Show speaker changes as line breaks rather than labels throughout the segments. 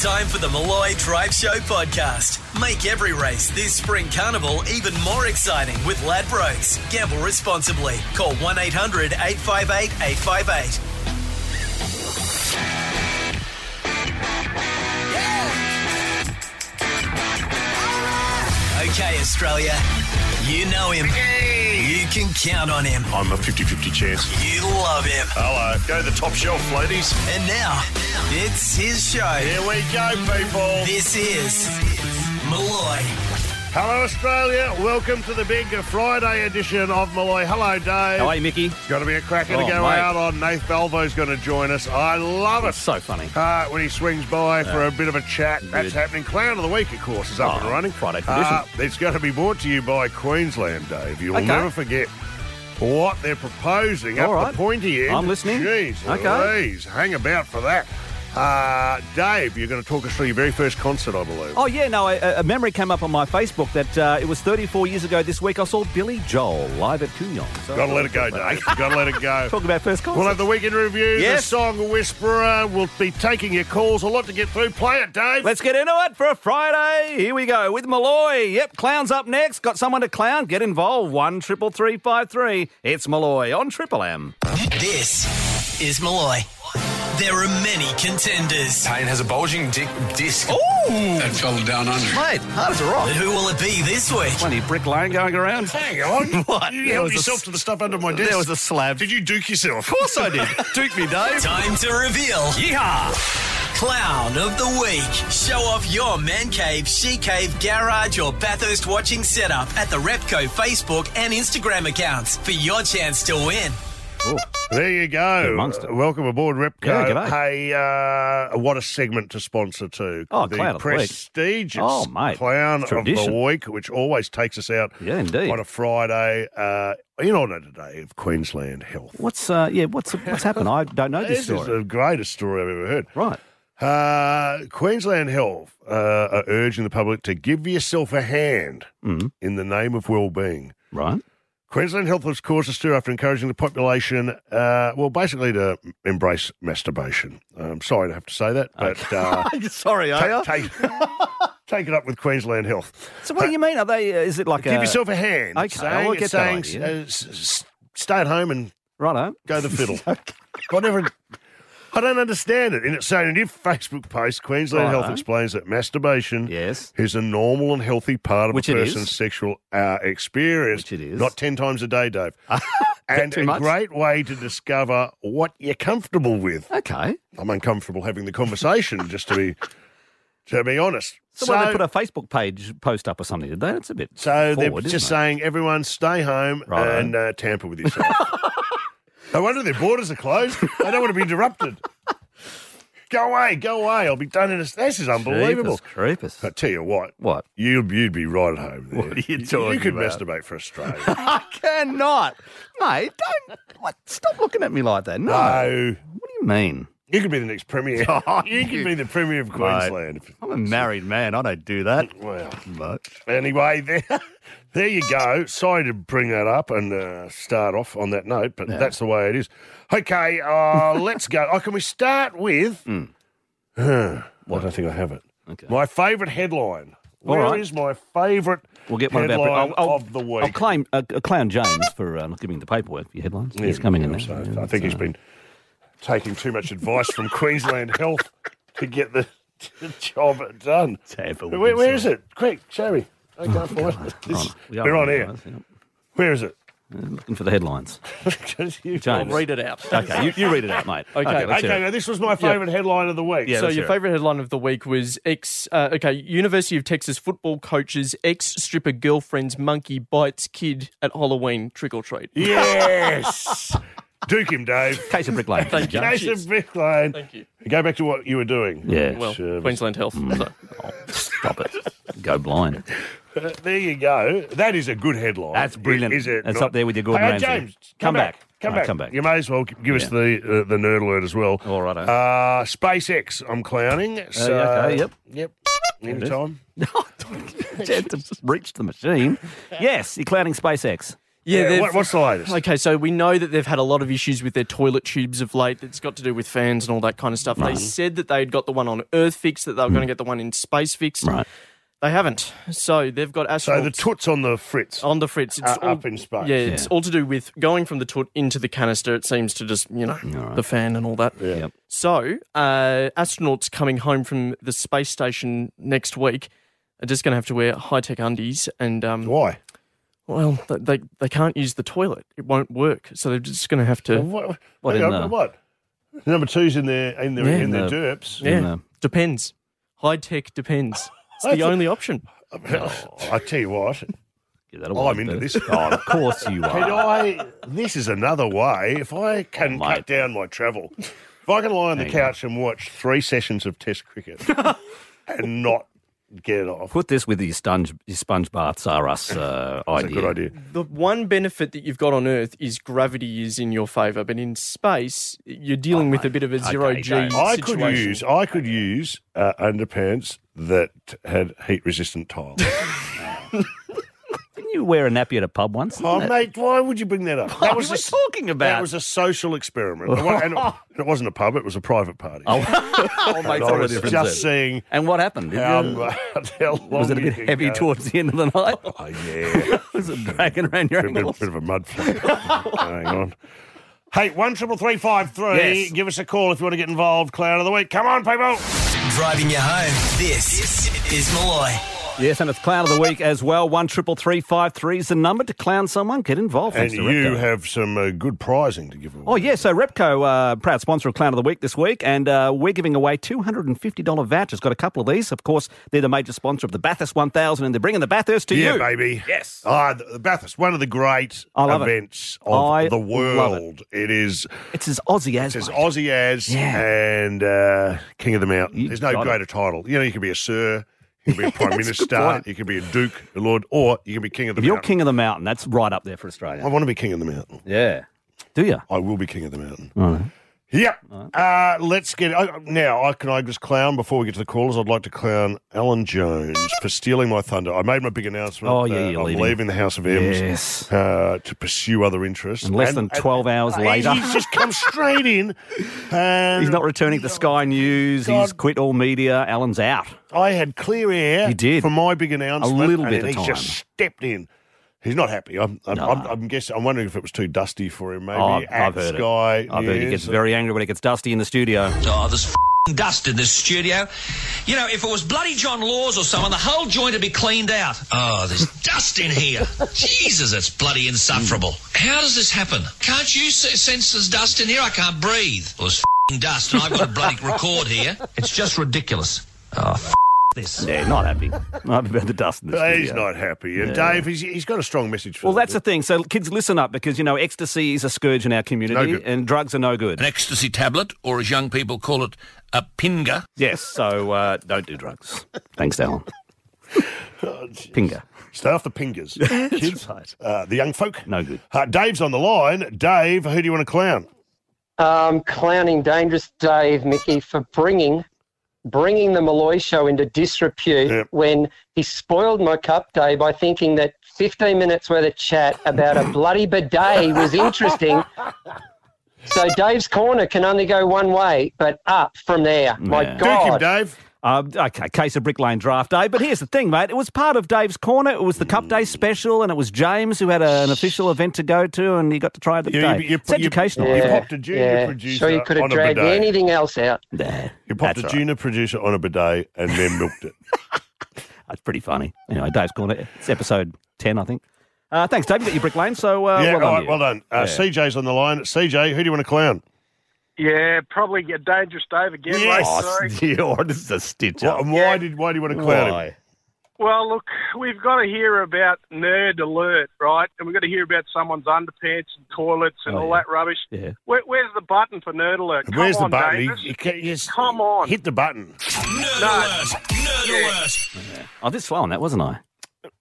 Time for the Malloy Drive Show podcast. Make every race this spring carnival even more exciting with Ladbrokes. Gamble responsibly. Call 1 800 858 858. Okay, Australia, you know him. You can count on him.
I'm a 50 50 chance.
You love him.
Hello. Go to the top shelf, ladies.
And now, it's his show.
Here we go, people.
This is Malloy.
Hello, Australia. Welcome to the big Friday edition of Malloy. Hello, Dave.
How are you, Mickey?
It's going to be a cracker to
Oh,
go
mate.
out on. Nath Balvo's going to join us. I love
That's
it.
so funny.
Uh, when he swings by for a bit of a chat, that's
Good.
happening. Clown of the Week, of course, is up
Oh,
and running.
Friday
Uh,
tradition.
it's going to be brought to you by Queensland, Dave. You'll
Okay.
never forget what they're proposing up
All
the
right.
pointy end.
I'm listening.
Jeez,
Okay.
Louise, hang about for that. Uh, Dave, you're going to talk us through your very first concert, I believe.
Oh yeah, no. A, a memory came up on my Facebook that uh, it was 34 years ago this week. I saw Billy Joel live at Kunyon. So
Got to let it go, Dave. Got to let it go.
Talk about first concert.
We'll have the weekend review,
Yes.
the song whisperer. We'll be taking your calls. A lot to get through. Play it, Dave.
Let's get into it for a Friday. Here we go with Malloy. Yep, clown's up next. Got someone to clown? Get involved. One triple three five three. It's Malloy on Triple M.
This is Malloy. There are many contenders,
Payne has a bulging dick disc.
Ooh,
That fell down under.
mate, hard as a rock.
but who will it be this week?
Plenty of brick lane going around.
Hang on.
What?
You
There
helped
was a
yourself
s-
to the stuff under my desk.
There was a slab.
Did you duke yourself?
Of course I did. Duke me, Dave.
Time to reveal
Yeehaw!
Clown of the Week. Show off your man cave, she cave, garage, or Bathurst watching setup at the Repco Facebook and Instagram accounts for your chance to win.
Oh, There you go.
Good monster.
Uh, Welcome aboard, Repco.
Yeah, g'day.
hey, uh, what a segment to sponsor too.
Oh,
the
Clown of the Week.
prestigious
Oh, mate.
Clown of
Tradition.
the Week, which always takes us out
Yeah, indeed.
on a Friday uh, in honour today of Queensland Health.
What's uh? Yeah, what's what's happened? I don't know this,
This is
story.
the greatest story I've ever heard.
Right.
Uh, Queensland Health uh, are urging the public to give yourself a hand
Mm,
in the name of well-being.
right.
Queensland Health has caused a stir after encouraging the population, uh, well, basically to embrace masturbation. I'm sorry to have to say that, but uh,
Sorry,
ta- take, take it up with Queensland Health.
So what do you mean? Are they? uh, Is it like a
Give yourself a hand.
okay,
It's saying,
well, I get
it's
that
saying,
idea.
uh, s- s- stay at home and
righto?
go the fiddle. I never. I don't understand it. In its own new Facebook post, Queensland Health
Righto.
explains that masturbation
Yes.
is a normal and healthy part of
Which
a
it
person's
is.
sexual uh, experience.
Which it is.
Not 10 times a day, Dave. and
too
a
much?
great way to discover what you're comfortable with.
Okay.
I'm uncomfortable having the conversation, just to be to be honest.
So, well, they put a Facebook page post up or something, did they? That's a bit.
so they're
forward, isn't
just
it?
saying, everyone stay home
Righto.
and uh, tamper with yourself. no wonder their borders are closed. They don't want to be interrupted. Go away, go away. I'll be done in a. This is unbelievable.
Creepers,
I
creepers.
tell you what,
What?
You'd, you'd be right at home. There.
What are you talking
could
about?
masturbate for Australia.
I cannot, mate. Don't what, stop looking at me like that. No.
no.
What do you mean?
You could be the next premier.
Oh,
you could
you-
be the premier of Queensland.
I'm a married man. I don't do that
Well,
much.
anyway, there, there you go. Sorry to bring that up and uh, start off on that note, but that's the way it is. Okay, uh, let's go. Oh, can we start with? Huh, I don't think I have it.
Hmm. Okay.
My favourite headline. Where is
right.
my favourite
We'll get one of
headline
our.
of the week?
I'll claim uh, clown James for uh, not giving the paperwork for your headlines. He's coming in.
Yeah,
now.
so
Yeah,
I think he's
so-
been taking too much advice from Queensland Health to get the, the job done.
Tamper with
Where, where is
yourself.
it? Quick, show me. I can't find it. This-
Oh, We are
we're on air.
guys, yeah.
Where is it?
Uh, Looking for the headlines.
I'll
James.
read it out.
Okay, you, you read it out, mate.
Okay.
let's
okay,
hear it.
now this was my favourite headline of the week.
Yeah,
So
let's
your
hear it.
favorite headline of the week was ex. Uh, okay, University of Texas football coaches ex stripper girlfriend's monkey bites kid at Halloween trick or treat.
Yes. Duke him, Dave.
Case of Brick Lane. Thank
you.
Case
Cheers.
of Brick Lane.
Thank you.
Go back to what you were doing.
Yeah. Mm. Oh,
Well,
Sure.
Queensland Health. So.
Stop it. Go blind.
Uh, There you go. That is a good headline.
That's brilliant.
Is it?
That's
not?
up there with your Gordon
hey, uh,
Ramsay.
James, come,
Come
back.
back.
Come
No,
back.
come back.
You may as well g- give us
Yeah.
the uh, the nerd alert as well.
All righto.
Uh, SpaceX. I'm clowning. So,
Uh, okay, yep.
Yep. Anytime.
Jet to reach the machine. Yes, you're clouding SpaceX.
Yeah,
Yeah,
they've-
what- what's the latest?
Okay, so we know that they've had a lot of issues with their toilet tubes of late. That's got to do with fans and all that kind of stuff. They said that they'd got the one on Earth fixed, that they were going to get the one in space fixed.
Hmm. Right.
They haven't. So they've got
so
astronauts
the toots on the fritz.
on the fritz. It's
Are up in space.
Yeah, it's all to do with going from the toot into the canister. It seems to just you know the fan and all that.
Yep.
So uh, astronauts coming home from the space station next week are just going to have to wear high tech undies and um,
Why?
well, th- they they can't use the toilet. It won't work. So they're just going to have to.
What?
What
hang
in
on,
the-
what? Number two's in their in their
Yeah.
in their
The-
derps.
Yeah,
no.
depends. High tech depends. It's the
thought-
only option.
I tell you what,
Give that a
I'm
wipe,
into
Bert.
this.
Oh, of course you
Can
are.
I? This is another way. If I can
Oh, mate.
cut down my travel, if I can lie on the
Hang
couch and watch three sessions of Test cricket and not get off,
Put this with your sponge, your sponge baths are us uh, idea.
that's a good idea.
The one benefit that you've got on Earth is gravity is in your favour, but in space you're dealing with a bit of a zero
okay,
g.
don't.
I could
situation.
use I could use uh, underpants that had heat resistant tiles.
Didn't you wear a nappy at a pub once?
oh,
Isn't that-
mate, why would you bring that up?
What
That
are
was
we
a s-
talking
That
about?
was a social experiment. and it wasn't a pub; it was a private party.
oh, mate,
And
all
I
the
was
difference
just
there.
seeing
And what happened? Did
how,
you-
how long
was it a
you
bit
could
heavy
go.
towards the end of the night?
Oh, yeah.
was it dragging around your
bit, bit,
ankles?
bit of a mud flap
Oh,
going on. Hey, one triple three five three.
Yes.
Give us a call if you want to get involved. Clown of the week. Come on, people.
Driving you home. This is Malloy.
Yes, and it's Clown of the Week as well. One triple three five three is the number to clown someone. Get involved.
And
Thanks to
you
Repco.
have some uh, good prizing to give away.
Oh yeah, so Repco, uh, proud sponsor of Clown of the Week this week, and uh, we're giving away two hundred and fifty dollar vouchers. Got a couple of these, of course. They're the major sponsor of the Bathurst One Thousand, and they're bringing the Bathurst to
yeah,
you.
baby.
Yes.
Ah, the, the Bathurst, one of the great
I love it.
events of
I
the
love it.
world. it is
It's as Aussie as.
It says
mate.
Aussie as
Yeah.
and uh, King of the Mountain.
You
There's no
got it.
greater title. You know, you could be a Sir, you could be a Prime
That's a good
Minister,
point.
you could be a Duke, a Lord, or you can be King of the
If you're
Mountain.
king of the mountain, that's right up there for
I
Australia.
want to be King of the Mountain.
Yeah. Do you?
I will be King of the Mountain.
Right.
Yeah. Uh, let's get I, now. I can I just clown before we get to the callers. I'd like to clown Alan Jones for stealing my thunder. I made my big announcement.
Oh, yeah,
that
you're
I'm
leaving.
the House of M's
Yes.
uh, to pursue other interests.
And less
And-
than
and-
twelve hours later,
he's just come straight in. And
he's not returning to Sky News. He's
God.
quit all media. Alan's out.
I had clear air.
You did.
for my big announcement.
A little
and
bit of
he's
time.
just stepped in. He's not happy. I'm, I'm,
No.
I'm, I'm guessing. I'm wondering if it was too dusty for him. Maybe
Oh, I've-
at
I've heard it.
Sky.
I've heard he
News.
gets very angry when it gets dusty in the studio.
Oh, there's f***ing dust in this studio. You know, if it was bloody John Laws or someone, the whole joint would be cleaned out. Oh, there's dust in here. Jesus, it's bloody insufferable. How does this happen? Can't you s- sense there's dust in here? I can't breathe. Well, there's f***ing dust, and I've got a bloody record here. It's just ridiculous. Oh, f- this.
Yeah, not happy. Not happy about the dust in the
But
studio.
he's not happy. And Dave, he's, he's got a strong message for.
Well,
them.
that's the thing. So, kids, listen up because, you know, ecstasy is a scourge in our community
No good.
and drugs are no good.
an ecstasy tablet, or as young people call it, a pinga.
Yes, so uh, don't do drugs. Thanks, Alan. Pinga.
Oh, Stay off the pingers, kids. Uh, the young folk.
No good.
Uh, Dave's on the line. Dave, who do you want to clown?
Um, clowning dangerous Dave Mickey for bringing bringing the Malloy show into disrepute
Yep.
when he spoiled my cup day by thinking that 15 minutes worth of chat about a bloody bidet was interesting. So Dave's corner can only go one way, but up from there.
Yeah.
Oh My
Duke
Duke him,
God.
Dave.
Uh, okay, case of Brick Lane draft day. But here's the thing, mate. It was part of Dave's Corner. It was the Cup Day special, and it was James who had a, an official event to go to, and he got to try the
You-
day.
you- you-
it's educational.
you- you
isn't it?
popped a junior producer
Sure, you could
on
have
a
dragged
bidet.
anything else out.
Nah,
You popped
that's
a
all
junior producer on a bidet and then milked it.
right. That's pretty funny. Anyway, Dave's Corner. It's episode 10, I think. Uh, thanks, Dave. You got your Brick Lane, so uh,
yeah,
well done.
all right,
to you.
well done. Uh,
Yeah.
CJ's on the line. CJ, who do you want to clown?
Yeah, probably a dangerous Dave again,
Yes.
mate.
Oh,
Sorry.
dear, this is a stitch
Why,
up.
and why
Yeah.
did why do you want to clown him?
Well, look, we've got to hear about nerd alert, right? And we've got to hear about someone's underpants and toilets and
Oh,
all
yeah.
that rubbish.
Yeah.
Where, where's the button for nerd alert? Come
Where's
on,
the button?
Davis.
You- you can't- you just
Come on.
Hit the button.
Nerd
No.
alert! Nerd
Yeah.
alert!
I did slow on that, wasn't I?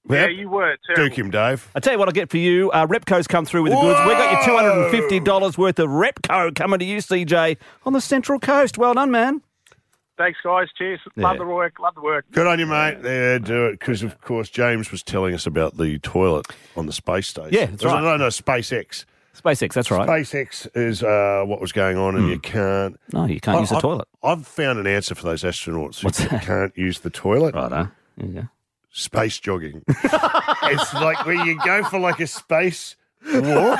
yeah,
Yep.
you were. Terrible.
Duke him, Dave.
I tell you what, I'll get for you. Uh, Repco's come through with the goods. We got your
Whoa!
$250 worth of Repco coming to you, CJ, on the Central Coast. Well done, man.
Thanks, guys. Cheers. Love
Yeah.
the work. Love the work.
Good on you, mate. Yeah, do it. Because, of course, James was telling us about the toilet on the space station.
Yeah, that's
No,
right.
No, no, SpaceX.
SpaceX, that's right. Hmm.
SpaceX is uh, what was going on, and you can't.
No, you can't use the toilet.
I've found an answer for those astronauts who can't use the toilet. Right,
huh?
Space jogging. it's like where you go for like a space walk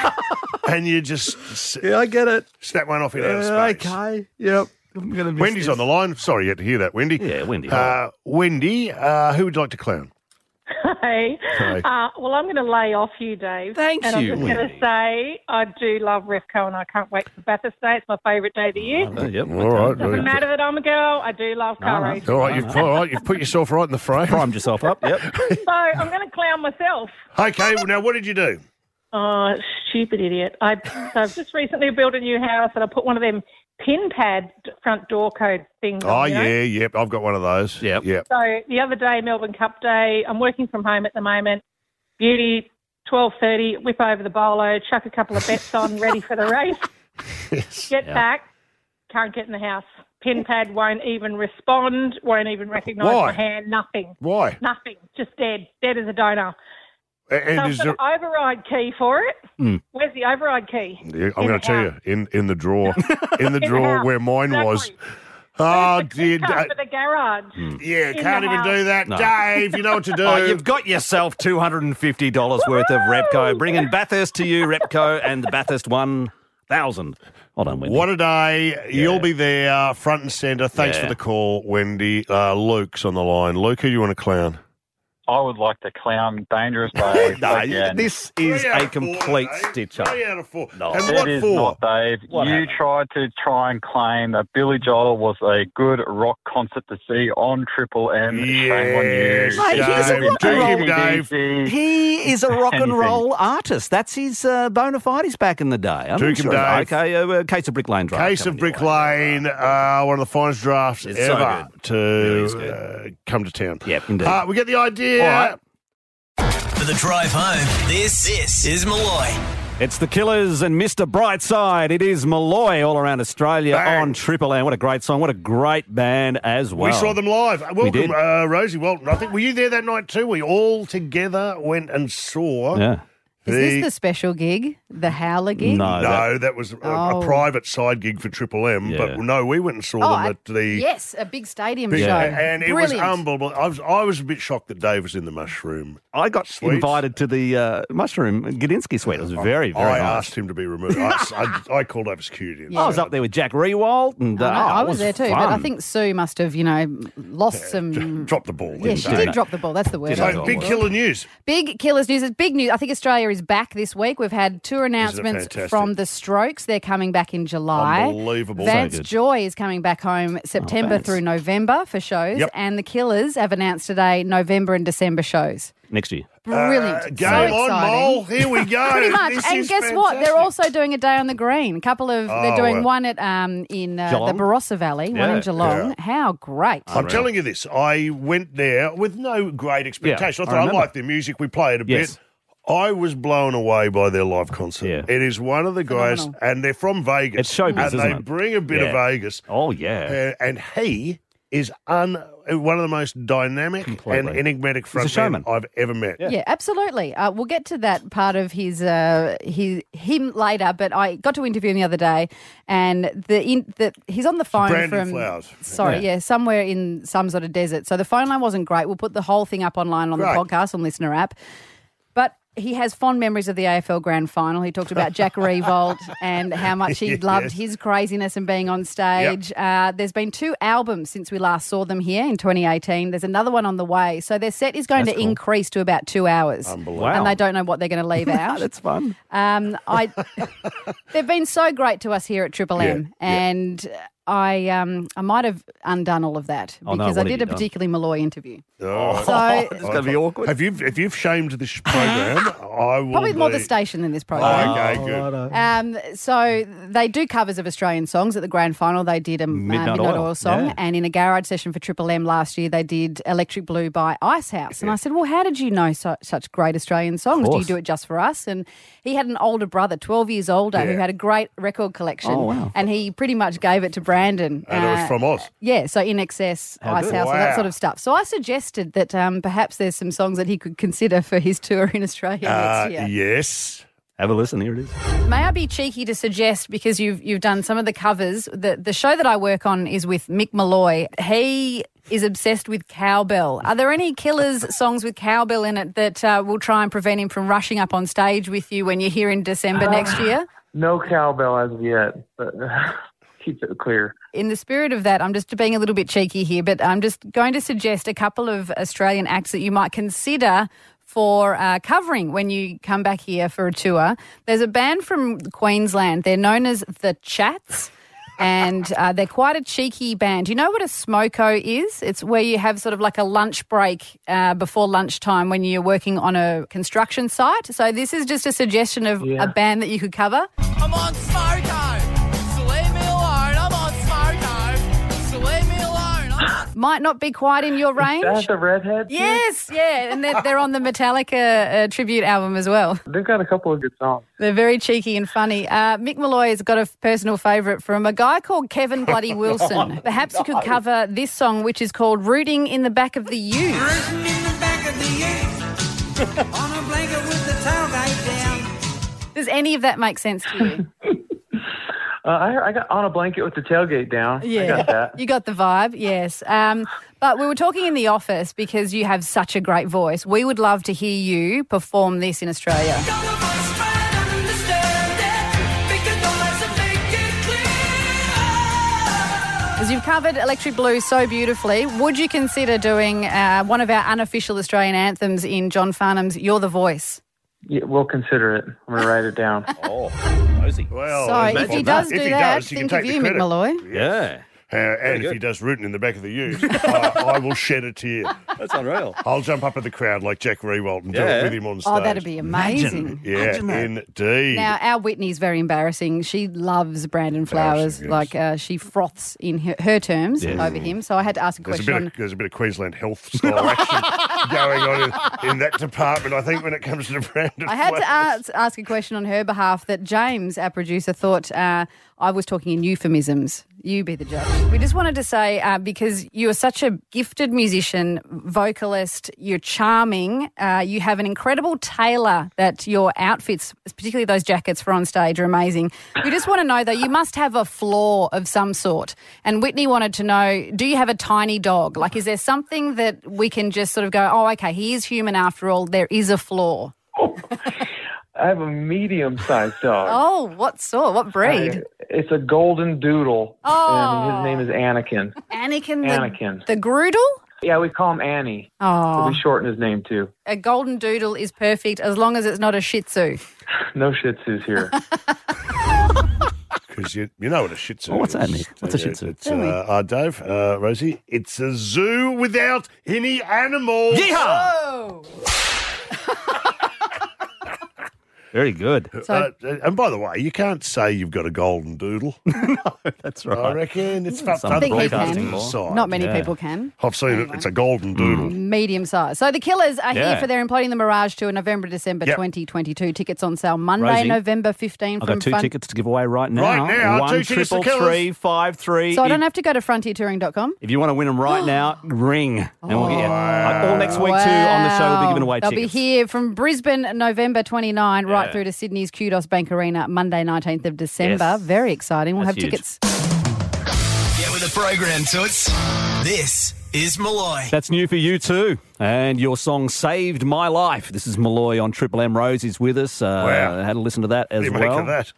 and you just.
Yeah, I get it.
Snap one off in outer
Uh,
space.
okay. Yep. I'm gonna miss
Wendy's
this.
on the line. Sorry you had to hear that, Wendy. Yeah,
Wendy.
Uh, Wendy, uh, who would you like to clown?
Hey.
Hi.
Uh, well, I'm going to lay off you, Dave. Thank and
you.
I'm just going to say I do love Refco and I can't wait for Bathurst Day. It's my favourite day of the year.
Uh, yep. All right.
Doesn't matter that I'm a girl. I do love car racing.
All right, you've all right, you've put yourself right in the frame.
Primed yourself up. Yep.
So I'm going to clown myself.
okay. Well, now what did you do?
Oh, stupid idiot. I, so I've just recently built a new house and I put one of them pin pad front door code things on,
Oh
you know?
yeah, yep. I've got one of those. Yep. Yep.
Mm-hmm. So the other day, Melbourne Cup Day. I'm working from home at the moment. Beauty, twelve thirty. Whip over the bolo, chuck a couple of bets on, ready for the race. Get
Yeah.
back. Can't get in the house. Pin pad won't even respond. Won't even recognise
Why?
my hand. Nothing.
Why?
Nothing. Just dead. Dead as a donor.
A-
so
And
I've
is
got
there,
an override key for it.
Hmm.
Where's the override key?
Yeah, I'm going to tell you in in the drawer, in the drawer where mine was. Oh dear,
Cut
da-
for the garage.
Hmm.
yeah,
In the
can't even
house.
do that,
No.
Dave. You know what to do.
Oh, you've got yourself $250 worth of Repco. Bringing Bathurst to you, Repco, and the Bathurst 1000. Hold on, Wendy.
What a day. You'll be there front and centre. Thanks for
Yeah.
the call, Wendy. Uh, Luke's on the line. Luke, who you want to clown?
I would like to clown Dangerous Dave.
No,
again.
this is Three out a of four, complete Dave.
stitch
Three out of four.
No,
And
it
what
is
for?
not, Dave.
What
you
happened?
tried to try and claim that Billy Joel was a good rock concert to see on Triple M. Shame on
Yes,
you.
Mate, he's a
Shame.
rock and roll.
ACDC.
He is a rock and
Anything.
roll artist. That's his uh, bona fides back in the day. I'm
Duke
not sure.
him, Dave.
Okay, uh, uh, case of Brick Lane Drive.
Case of Brick Lane, uh, one of the finest drafts
It's so
ever to uh, come to town.
Yep,
indeed. Uh, we get the idea.
For the drive home, this, this is Malloy.
It's the Killers and Mr. Brightside. It is Malloy all around Australia on Triple M. What a great song. What a great band as well.
We saw them live. Uh, Welcome,
did.
Uh, Rosie Walton. I think were you there that night too? We all together went and saw.
Yeah.
Is this the special gig? The Howler gig?
No, that, was a, a
Oh.
private side gig for Triple M. But no, we went and saw
Oh,
them at the
yes, a big stadium
big-
show.
and it was um,
Brilliant.
humble. I was I was a bit shocked that Dave was in the mushroom.
I got
Sweet.
invited to the uh, Mushroom Gadinsky suite. It was very, very
I
nice.
asked him to be removed. I, s- I- I called over security. And
I was up there with Jack Rewald. and uh,
I, know,
oh,
I
it
was there too, but I
fun.
think Sue must have, you know, lost some.
dropped the ball.
Yeah, she did drop the ball. That's the word. I was
So
looking
big
for.
killer news.
Big killers news. It's big news. I think Australia is back this week. We've had tour announcements
fantastic?
from the Strokes. They're coming back in July.
Unbelievable. So
Vance
good. Oh,
Joy is coming back home September
Vance.
through November for shows.
Yep.
And the Killers have announced today November and December shows.
Next year.
Brilliant.
Uh,
So
game on,
exciting.
Mole. Here we go.
Pretty much.
This
and
is
guess what? They're also doing a day on the green. A couple of
Oh,
they're doing
well.
one at um in uh, the
Geelong?
Barossa Valley, one
Yeah.
in Geelong.
Yeah.
How great!
I'm telling you this. I went there with no great
I
expectation. I thought I,
remember.
liked their music. We played a
Yes.
bit. I was blown away by their live concert. It is one of the guys, and they're from Vegas.
It's showbiz,
and
isn't
they
it?
bring a bit of
Yeah.
Vegas.
Oh, yeah.
Uh, and he is un, one of the most dynamic and
Completely.
enigmatic
He's a showman.
frontmen I've ever met.
Yeah, absolutely. Uh, we'll get to that part of his uh, his him later. But I got to interview him the other day, and the in the he's on the phone
Brandon
from
Flowers.
sorry,
Yeah.
yeah. somewhere in some sort of desert. So the phone line wasn't great. We'll put the whole thing up online on
Great.
the podcast on Listener app. But he has fond memories of the AFL Grand Final. He talked about Jack Revolt and how much he
Yes.
loved his craziness and being on stage. Uh, there's been two albums since we last saw them here in 2018. There's another one on the way. So their set is going
That's
to
cool.
increase to about two hours.
Unbelievable.
And
Wow.
they don't know what they're going to leave out.
That's fun.
Um, I, they've been so great to us here at Triple M,
Yeah,
and I, um, I might have undone all of that
Oh, no,
because I
what have
did
you
a
done?
particularly Malloy interview.
Oh,
So-
It's gonna be awkward.
If you've if you've shamed this program, I will
Probably more the
be- Oh,
station than this program.
Okay, good.
Um, so they do covers of Australian songs. At the grand final, they did a
Midnight
uh, Midnight
Oil,
Oil, song,
yeah.
and in a garage session for Triple M last year, they did Electric Blue by Icehouse. And I said, "Well, how did you know su- such great Australian songs? Do you
course.
do it just for us?" And he had an older brother, twelve years older,
Yeah.
who had a great record collection,
Oh, wow.
and he pretty much gave it to Brandon.
And it was
uh,
from Oz.
Yeah, so in excess,
How
Ice
good.
House, and that
Wow.
sort of stuff. So I suggested that um, perhaps there's some songs that he could consider for his tour in Australia
Uh,
next year.
yes.
Have a listen. Here it is.
May I be cheeky to suggest because you've you've done some of the covers. The the show that I work on is with Mick Malloy. He is obsessed with cowbell. Are there any killers songs with cowbell in it that uh, will try and prevent him from rushing up on stage with you when you're here in
Uh,
December next year?
No cowbell as of yet, but keep it clear.
In the spirit of that, I'm just being a little bit cheeky here, but I'm just going to suggest a couple of Australian acts that you might consider for uh, covering when you come back here for a tour. There's a band from Queensland. They're known as the Chats. And uh, they're quite a cheeky band. You know what a smoko is? It's where you have sort of like a lunch break uh, before lunchtime when you're working on a construction site. So this is just a suggestion of
Yeah.
a band that you could cover.
I'm on Smoko. So leave me alone. I'm on Smoko. So leave me alone.
Might not be quite in your range.
That's the redhead. chick?
Yes, yeah, and they're, they're on the Metallica uh, tribute album as well.
They've got a couple of good songs.
They're very cheeky and funny. Uh, Mick Malloy has got a f- personal favourite from a guy called Kevin Bloody Wilson.
Oh,
Perhaps you
no.
could cover this song, which is called "Rooting in the Back of the U."
Rooting in the back of the U. on a blanket with the tailgate down.
Does any of that make sense to you?
Uh, I, I got on a blanket with the tailgate down. I got that.
you got the vibe. Yes, um, but we were talking in the office because you have such a great voice. We would love to hear you perform this in Australia. As you've covered Electric Blue so beautifully, would you consider doing uh, one of our unofficial Australian anthems in John Farnham's You're the Voice?
Yeah, we'll consider it. I'm gonna write it down.
oh, nosy.
Well,
So if
Oh, imagine
he does
If
do
he
that,
does, you can
think of
take the
you, Mick
credit.
Malloy.
Yeah.
Uh, and if he does rooting in the back of the U, I, I will shed a tear.
That's unreal.
I'll jump up at the crowd like Jack Rewalt and do
Yeah.
it with him on stage.
Oh, that'd be amazing.
Yeah, indeed. Oh,
Now, our Whitney's very embarrassing. She loves Brandon Flowers.
Embarrassing, yes.
Like, uh, she froths in her, her terms
Yes.
over him. So I had to ask a
there's a
question
bit
on
of there's a bit of Queensland health style action going on in, in that department. I think when it comes to Brandon,
I had
Flowers.
to ask, ask a question on her behalf that James, our producer, thought uh, I was talking in euphemisms. You be the judge. We just wanted to say uh, because you are such a gifted musician, vocalist, you're charming, uh, you have an incredible tailor that your outfits, particularly those jackets for on stage, are amazing. We just want to know though, you must have a flaw of some sort. And Whitney wanted to know do you have a tiny dog? Like, is there something that we can just sort of go, oh, okay, he is human after all, there is a flaw?
I have a medium-sized dog.
Oh, what sort? What breed?
I- it's a golden doodle,
Oh.
and his name is Anakin.
Anakin. The,
Anakin.
The Groodle.
Yeah, we call him Annie. but
Oh,
We shorten his name too.
a golden doodle is perfect as long as it's not a Shih Tzu.
No Shih Tzus here.
because you, you know what a Shih Tzu.
Oh, what's that,
is.
Nick? What's a Shih Tzu?
It's, uh, uh, Dave, uh, Rosie, it's a zoo without any animals.
Yeehaw! Very good.
Uh, and by the way, you can't say you've got a golden doodle. no,
that's
I reckon it's
I
fucked up.
think he can. Not many people can.
I've seen it. It's a golden
Mm.
doodle.
Medium size. So the Killers are
Yeah.
here for their Imploding the Mirage tour, November, December
Yep.
2022. Tickets on sale Monday,
Rosie,
November 15
I've
from
got two
Front-
tickets to give away right now.
Right now,
One
two tickets to
triple
Killers.
three five three.
So I don't have to go to frontiertouring.com.
If you want to win them right now, ring and we'll get you.
Wow.
All next week too on the show, we'll be giving away
Oh. They'll
tickets.
be here from Brisbane, November 29, right
Yeah.
through to Sydney's Kudos Bank Arena, Monday, 19th of December. Very exciting. We'll
That's
have
huge.
tickets.
Get with the program, Toots. This is Malloy.
That's new for you too. And your song saved my life. This is Malloy on Triple M Rose. He's with us. Uh,
Wow.
Had to listen to that as
What do you make
well.
of that?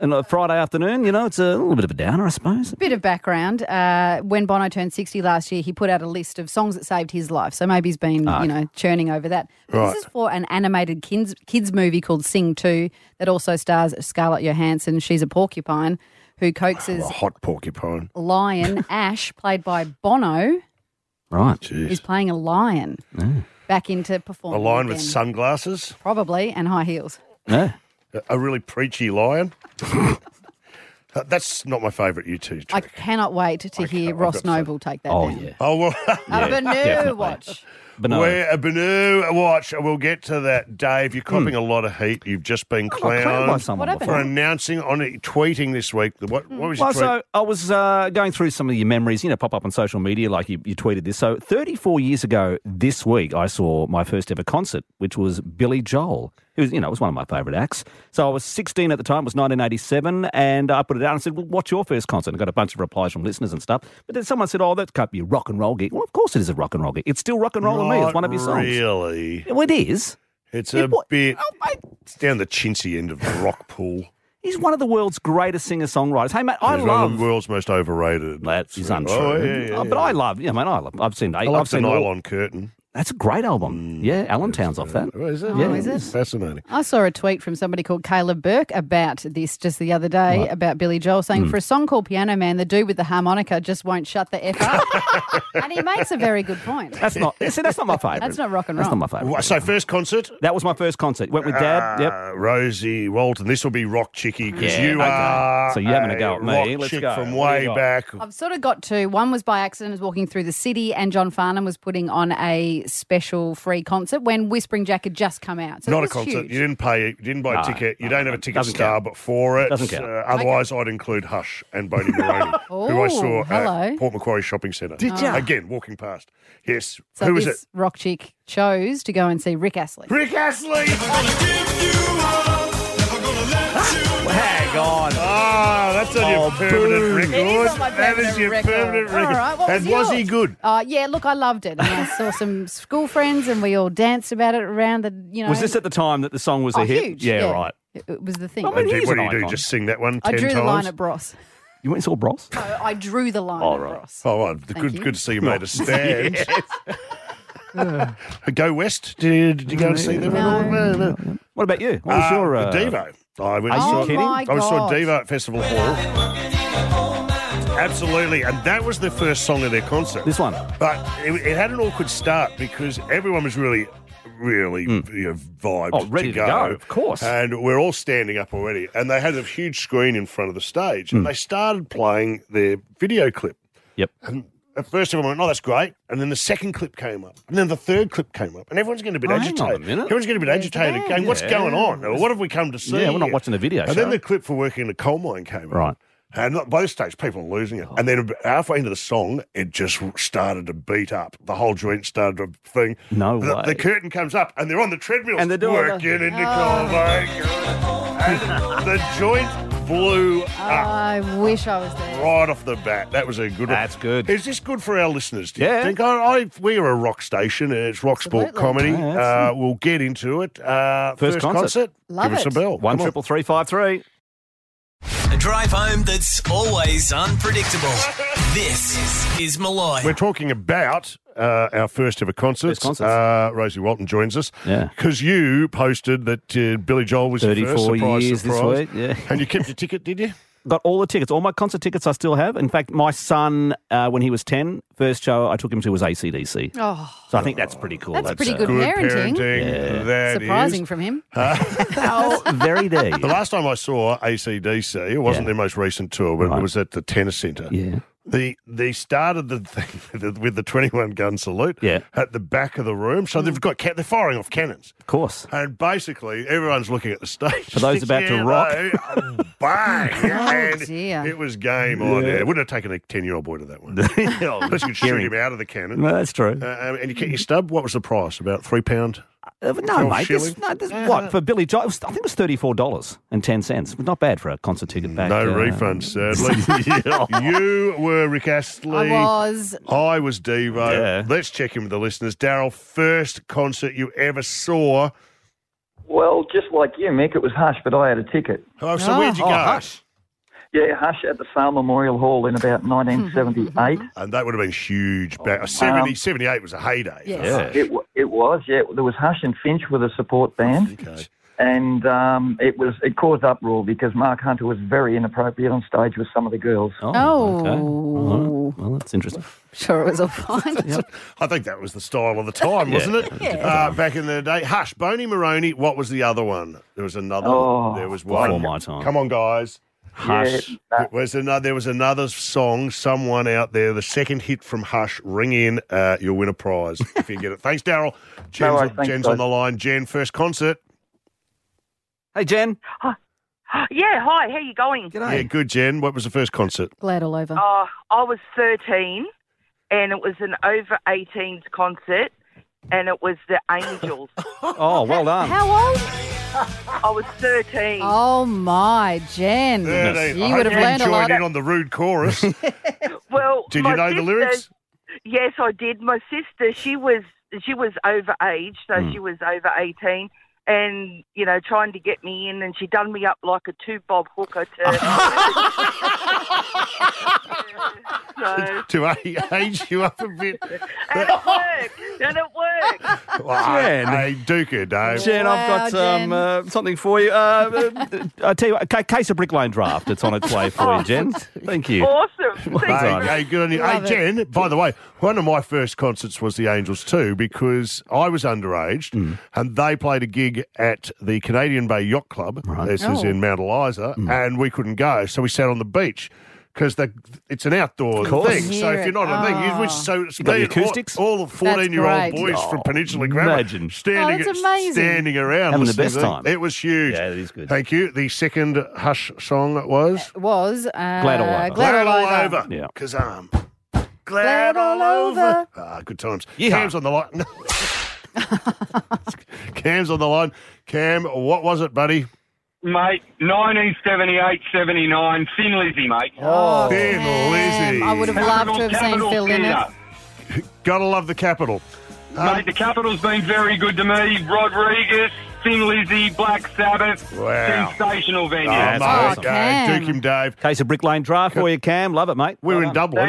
And a Friday afternoon, you know, it's a little bit of a downer, I suppose.
Bit of background. Uh, when Bono turned 60 last year, he put out a list of songs that saved his life. So maybe he's been,
Ah.
you know, churning over that. But
Right.
This is for an animated kids, kids movie called Sing 2 that also stars Scarlett Johansson. She's a porcupine who coaxes
A hot porcupine.
lion Ash, played by Bono,
Right.
who's playing a lion, back into
Ah. A
performance.
lion with
again.
sunglasses.
Probably, and high heels.
Yeah.
A really preachy lion. Uh, That's not my favourite U2
I cannot wait to hear Ross Noble take that down.
Oh, well.
A Banu watch.
We're a Banu watch. We'll get to that, Dave. You're copping a lot of heat. You've just been
Hmm. clowned by
clowned,
someone What
for
happened?
announcing on it, tweeting this week. The- What, what was your
well,
tweet?
so I was uh, going through some of your memories, you know, pop up on social media, like you, you tweeted this. So, 34 years ago this week, I saw my first ever concert, which was Billy Joel, who was, you know, was one of my favourite acts. So, I was 16 at the time, it was 1987, and I put it out and said, Well, what's your first concert? And I got a bunch of replies from listeners and stuff. But then someone said, Oh, that can't be a rock and roll gig. Well, of course it is a rock and roll gig. It's still rock and roll to me. It's
Not
one of your songs.
Really?
Well, it is.
It's
It
a
wa- Oh,
bit. it's down the chintzy end of the rock pool.
He's one of the world's greatest singer songwriters. Hey, mate, I
He's one
love.
of the world's most overrated.
That is untrue.
Oh, yeah, yeah,
Oh, but
yeah.
I love, yeah, man, I love, I've seen, I
I like
have
the
seen all-
nylon curtain.
That's a great album. yeah, Allentown's off that.
Mm, Is
it? Oh, is it?
Fascinating.
I saw a tweet from somebody called Caleb Burke about this just the other day about Billy Joel saying,
Hmm.
Mm.
for a song called Piano Man, the dude with the harmonica just won't shut the F up. and he makes a very good point.
That's not. See, that's not my favourite.
That's not rock and
That's
roll.
not my favourite.
so first concert?
That was my first concert. Went with dad. Yep.
Uh, Rosie Walton. This will be rock chicky because
Yeah,
you
okay.
are.
So you're having a go at me.
rock
Let's
chick
go.
from
What do
way
you got?
back.
I've sort of got two. One was by accident, I was walking through the city, and John Farnham was putting on a special free concert when Whispering Jack had just come out. So
Not
it
a
was
concert.
huge.
You didn't pay. You didn't buy
No,
a ticket. You don't have a ticket
Doesn't
star,
count.
but for it,
Doesn't count.
Uh, otherwise, I'd include Hush and Boney Maroney, who I saw
Oh, hello.
at Port Macquarie Shopping Centre.
Did ya?
Again, walking past. Yes.
So
who
this
is it?
rock chick chose to go and see Rick Astley.
Rick Astley.
Hang on. Oh,
Ah, that's on your permanent record.
It is on my
that is
permanent
your
record.
permanent record.
All right, what
and
was
was he
yours?
good?
Uh, yeah, look, I loved it. And I saw some school friends, and we all danced about it around the, you know.
Was this at the time that the song was
Oh,
a hit?
huge,
Yeah,
yeah.
right.
It- It was the thing.
I mean,
And did-
he's
what do
an
you do?
icon.
Just sing that one
I
ten
drew
times?
the line at Bros.
You went and saw Bros?
No, I drew the line at Bros.
Oh, well, the good,
you.
good to see you made a stand.
Yes.
Go West? Did you, did you go and see them? at all? No, no.
What about you? What was
Uh,
your uh,
the Devo? I went
Are
and
you
saw,
kidding?
I
Oh my
saw
God.
Devo at Festival Hall. Absolutely, and that was the first song of their concert.
This one,
but it, it had an awkward start because everyone was really, really you know, vibed
Hmm. Oh, ready to go, of course.
And we're all standing up already, and they had a huge screen in front of the stage, and they started playing their video clip.
Hmm. Yep.
And at first, everyone went, "Oh, that's great," and then the second clip came up, and then the third clip came up, and everyone's getting a bit
Oh, hang on
agitated.
a minute.
Everyone's getting a bit agitated, going, "What's
Yeah.
going on? Or what have we come to see?"
Yeah, we're not
here?"
watching a video
And
show.
then the clip for working in a coal mine came
Right. Oh.
up. And at both stages, people were losing it. And then halfway into the song, it just started to beat up. The whole joint started to thing.
No
the,
way.
The curtain comes up, and they're on the treadmills.
And they're doing the-
working in the coal mine.
Ah.
And the joint blew up
I wish I was there.
right off the bat. That was a good.
That's good.
Is this good for our listeners? Do you
Yeah.
think? I, I, we are a rock station, and it's rock sport
Absolutely.
comedy.
Yeah,
uh,
that's-
we'll get into it. Uh,
First concert.
Love
Give us a
it.
bell.
one
Come on.
triple three five three.
A drive home that's always unpredictable. This is Malloy.
We're talking about uh, our first ever concert.
First concerts.
Uh, Rosie Walton joins us.
Yeah.
Because you posted that uh, Billy Joel was your first.
34
Surprise,
years this
surprise.
week, yeah.
And you kept your ticket, did you?
Got all the tickets, all my concert tickets I still have. In fact, my son, uh, when he was 10, first show I took him to was ACDC.
Oh,
So I think that's pretty cool.
That's pretty
uh,
good. Parenting.
parenting. that is.
surprising from him.
Uh,
Very D.
The last time I saw ACDC, it wasn't
Yeah.
their most recent tour, but it was at the tennis centre.
Yeah.
The, they started the thing with the- with the 21 gun salute
Yeah. Mm.
at the back of the room. So they've got ca- they're firing off cannons.
Of course.
And basically, everyone's looking at the stage.
For those about to rock. Oh,
no, bang! and
dear.
it was game on. Yeah. It wouldn't have taken a 10 year old boy to that one. Unless you could shoot
Hearing.
him out of the cannon.
No, that's true.
Uh, um, and you get your stub. What was the price? About £3? pound?
Uh, but no,
Or
mate. This,
shilling.
no, this, what for Billy Joel? it was- I think it was thirty-four dollars and ten cents. Not bad for a concert ticket back.
No
uh,
refund, sadly. you were Rick Astley.
I was.
I was Devo.
Yeah.
Let's check in with the listeners. Daryl, first concert you ever saw.
Well, just like you, Mick, it was Hush, but I had a ticket.
Oh, so where'd you
oh,
go?
hush.
Yeah, Hush at the Farm Memorial Hall in about
Mm-hmm,
1978.
And that would have been huge. Back, 70, 78 Oh, was a heyday.
Yes.
Um, Yeah.
It, wa- it was, yeah. There was Hush and Finch with a support band,
Okay.
and um, it was it caused uproar because Mark Hunter was very inappropriate on stage with some of the girls.
Oh.
okay. All right. Well, that's interesting.
Sure, it was all fine.
I think that was the style of the time, wasn't it? Uh, back in the day. Hush, Boney Maroney. What was the other one? There was another.
Oh,
there was
Before
one.
my time.
Come on, guys.
Hush.
There was another, there was another song, someone out there, the second hit from Hush. Ring in, uh, you'll win a prize if you get it. Thanks, Daryl. Jen's,
worries, thanks,
Jen's
guys.
on the line. Jen, first concert.
Hey, Jen.
Yeah, hi. How you going?
Yeah, good, Jen. What was the first concert?
Glad all over.
Oh, I was 13, and it was an over 18s concert, and it was the Angels.
Oh, well done.
How old?
I was 13.
Oh my, Jen! You would have learned a lot.
joined in on the rude chorus.
Well,
Did you
my
know the
sister-
lyrics?
Yes, I did. My sister, she was she was over age, so
Hmm.
she was over 18. And you know, trying to get me in, and she done me up like a two bob hooker to.
to a- age you up a bit.
and it worked. And it worked.
Wow.
Jen.
Hey, Duker, Dave.
Jen, I've got um, uh, something for you. Uh, uh, I tell you, what, a case of Brick Lane draft. It's on its way for you, Jen. Thank you.
Awesome.
Well done.
Hey, hey, good on you. Hey,
Love it.
Jen, by the way, one of my first concerts was the Angels too because I was underage
Hmm.
and they played a gig at the Canadian Bay Yacht Club. This is
Oh.
in Mount Eliza and we couldn't go. So we sat on the beach because it's an outdoor
Of course.
thing. So if you're not a thing, you which so it's
You got the
me and all-
acoustics?
All, the 14 year
Oh. That's
old
great.
boys from
Oh,
Peninsula Grammar
imagine.
standing,
Oh, that's amazing.
standing around.
Having the
listening
best
to them.
time.
It was huge. Yeah,
it is good.
Thank you. The second Hush song was?
Was uh,
Glad all over.
Glad all over.
Yeah. Kazam.
Glad all over.
Ah, good times. Cam's on the line. Cam's on the line. Cam, what was it, buddy?
Mate, 1978, 79, Thin Lizzy, mate.
Oh,
Thin Lizzy.
I would have loved to have seen Phil Lynott.
Gotta love the capital.
Mate, the Capital's been very good to me. Rodriguez, Thin Lizzy, Black Sabbath.
Wow. Oh,
Sensational venue.
Yeah, that's
Uh,
awesome.
Cam. Duke him, Dave.
Case of Brick Lane draft for you, Cam. Love it, mate.
We were in
Well done.
Dublin.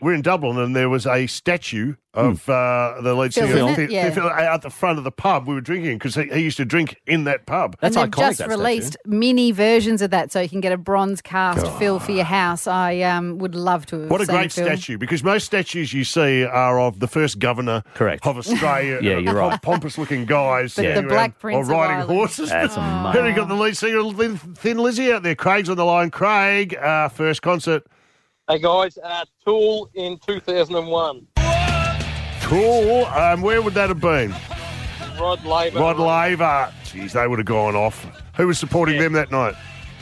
We were in Dublin, and there was a statue
Hmm.
of uh, the lead
Phil,
singer
isn't it?
Phil-
Yeah.
Phil out the front of the pub. We were drinking because he, he used to drink in that pub.
and they've just released mini versions of that, so you can get a bronze cast Phil for your house. I um, would love to have
What a
seen
great
Phil.
statue! Because most statues you see are of the first governor, correct, of Australia.
Yeah, you're right.
Pompous-looking guys,
But the
sitting
Black
around
Prince
or
of
riding
Ireland. Oh.
horses.
That's
Then
amazing.
you got the lead singer, Thin- Thin Lizzy, out there. Craig's on the line. Craig, uh, first concert.
Hey guys, uh, Tool in 2001.
Cool. Um, where would that have been?
Rod Laver.
Rod Laver. Jeez, they would have gone off. Who was supporting them that night?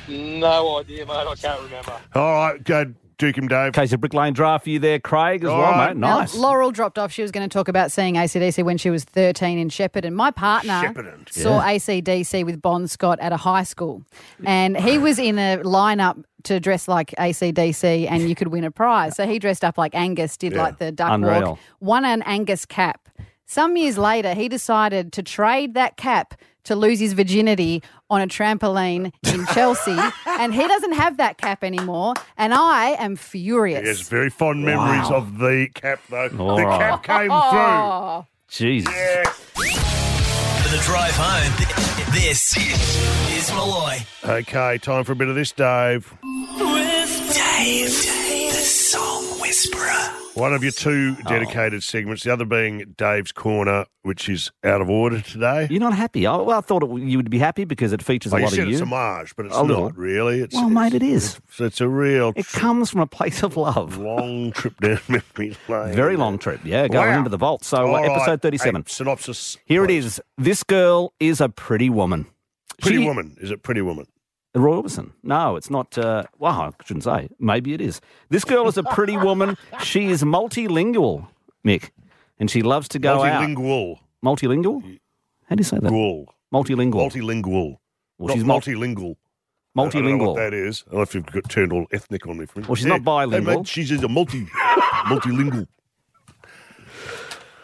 No idea, mate. I can't remember.
All right, go Duke him, Dave.
Case of Brick Lane draft for you there, Craig, as
All
well,
right.
mate.
Now,
Nice.
Laurel dropped off. She was going to talk about seeing ACDC when she was 13 in Shepparton. My partner
Shepparton.
saw
Yeah.
ACDC with Bon Scott at a high school. And he was in a lineup to dress like ACDC and you could win a prize. So he dressed up like Angus, did
Yeah.
like the duck
Unreal.
walk, won an Angus cap. Some years later, he decided to trade that cap to lose his virginity on a trampoline in Chelsea. And he doesn't have that cap anymore. And I am furious.
Yes, very fond memories of the cap, though.
All
the
right.
cap came through.
Oh.
Jeez.
For the drive home, th- this is Malloy.
Okay, time for a bit of this, Dave.
With Dave, the song whisperer.
One of your two
Oh.
dedicated segments, the other being Dave's Corner, which is out of order today.
You're not happy. I, well, I thought it, you would be happy because it features
Oh,
a
you
lot
said
of you.
it's homage, but it's
A
not
little.
really. It's,
Well, mate, it is.
It's, it's a real.
It comes from a place of love.
Long trip down memory lane.
Very long trip. Yeah, going
Wow.
into the vault. So
All
uh,
right.
episode 37.
Hey, synopsis.
Here it is. This girl is a pretty woman.
Pretty
She-
Woman. Is it Pretty Woman?
Roy Orbison. No, it's not. Uh, well, I shouldn't say. Maybe it is. This girl is a pretty woman. She is multilingual, Mick, and she loves to go out.
Multilingual.
Multilingual. How do you say that? Multilingual.
Multilingual.
Well,
not
she's mul-
multilingual. I don't know
multilingual.
what that is. I don't know if you've got turned all ethnic on me. For
Well, she's
Yeah.
not bilingual.
Hey, mate, she's a multi multilingual.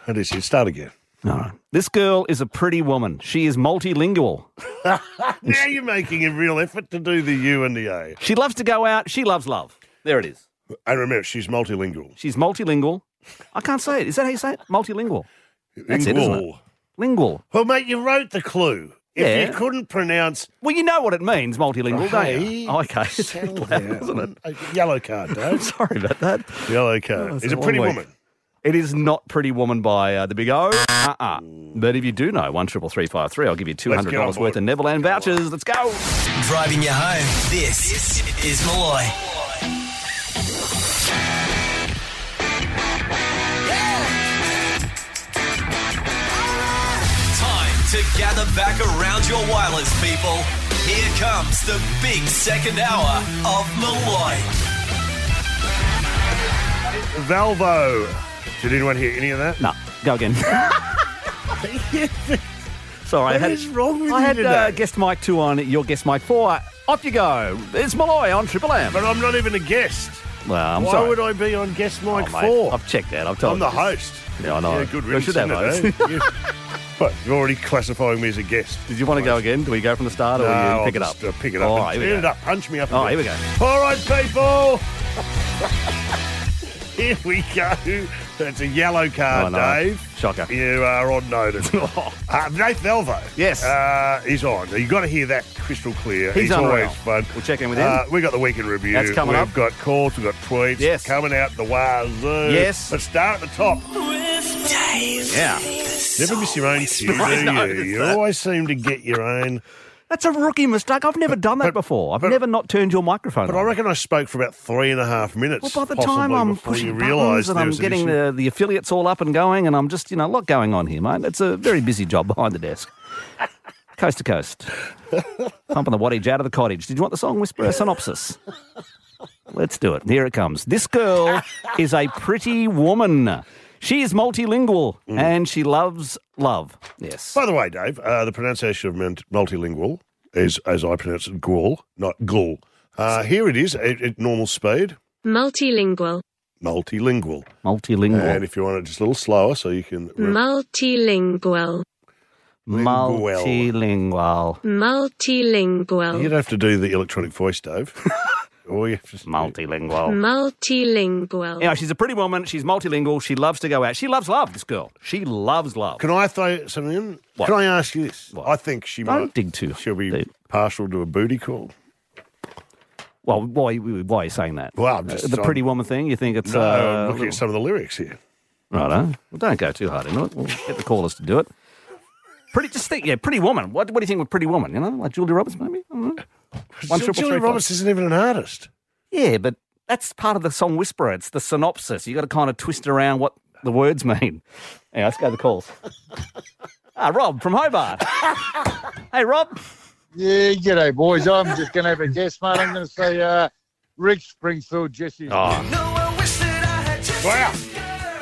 That is it. Start again.
No. This girl is a pretty woman. She is multilingual.
now you're making a real effort to do the U and the A.
She loves to go out. She loves love. There it is.
And remember, she's multilingual.
She's multilingual. I can't say it. Is that how you say it? Multilingual. That's it, isn't it?
Lingual.
Lingual.
Well, mate, you wrote the clue. If
Yeah.
you couldn't pronounce
Well, you know what it means, multilingual, don't
Hey,
you? Oh, okay. It's a bit loud, isn't it?
a yellow card, Dave.
Sorry about that.
Yellow card.
Oh, it's
is
a
a pretty
long
woman.
It is not Pretty Woman by uh, the Big O. Uh-uh. But if you do know one triple three five three, I'll give you two
Let's
hundred
get on
dollars worth of Neverland vouchers. Let's go.
Driving you home, this is Malloy. Time to gather back around your wireless, people. Here comes the big second hour of Malloy.
Valvo. Did anyone hear any of that?
No. Go again. Sorry, I
What
had,
is wrong with
I
you
had Uh,
today?
guest mic two on, your guest mic four. Off you go. It's Malloy on Triple M.
But I'm not even a guest.
Well, I'm
Why
sorry.
would I be on guest mic
mate,
four?
I've checked that. Oh, I've told
I'm
you
the
this.
host.
Yeah, I know.
Yeah, good
We should
riddance
have
in it,
those.
eh? You- What? You're already classifying me as a guest.
Did you want to go again? Do we go from the start or
No,
you
I'll
pick it up?
just, uh, pick it up
All
and
right,
turn
here we
it
go.
up. Punch me up. a
Oh,
bit.
here we go.
All right, people. here we go. That's a yellow card,
Oh, no.
Dave.
Shocker. Oh.
You are on notice. uh, Nate Velvo.
Yes.
Uh, he's on. You've got to hear that crystal clear.
He's
He's,
unreal.
always fun.
We'll check in with him.
Uh, we got the weekend review.
That's coming
We've
up.
got calls. We've got tweets.
Yes.
Coming out the wazoo.
Yes.
Let's start at the top.
Yeah.
Never miss your own cue,
I
do you?
noticed
You
that.
always seem to get your own.
That's a rookie mistake. I've never done that before. I've never not turned your microphone
But
on.
I reckon I spoke for about three and a half minutes.
Well, by the
possibly,
time I'm
before you
pushing
realised
buttons and
there
I'm
was an
getting
issue.
the, the affiliates all up and going, and I'm just, you know, a lot going on here, mate. It's a very busy job behind the desk. coast to coast. Pumping the wattage out of the cottage. Did you want the song Whisper a Synopsis? Let's do it. Here it comes. This girl is a pretty woman. She is multilingual
Mm.
and she loves love. Yes.
By the way, Dave, uh, the pronunciation of mult- multilingual is, as I pronounce it, ghoul, not ghoul. Uh, here it is at, at normal speed,
Multilingual.
multilingual.
Multilingual.
And if you want it just a little slower so you can...
Multilingual.
Multilingual.
Multilingual.
You don't have to do the electronic voice, Dave. All you have to
Multilingual.
Multilingual.
Anyway, she's a pretty woman. She's multilingual. She loves to go out. She loves love, this girl. She loves love.
Can I throw something in? Can I ask you this? I think she
Don't
might...
dig too.
She'll be partial to a booty call.
Well, why, why are you saying that? Uh,
Well, I'm just-
the pretty
I'm-
woman thing. You think it's
no,
uh,
I'm looking at some of the lyrics here.
right? Huh? Well, don't go too hard into it. We'll get the callers to do it. Pretty, just think, yeah, pretty woman. What, what do you think with pretty woman? You know, like Julia Roberts, maybe. I don't know. One triple
Julia
three five.
Roberts isn't even an artist.
Yeah, but that's part of the song Whisperer. It's the synopsis. You got to kind of twist around what the words mean. Anyway, let's go to the calls. ah, Rob from Hobart. hey, Rob.
Yeah, g'day, boys. I'm just going to have a guess, mate. I'm going to say uh, Rick Springfield, Jesse.
Oh.
Wow.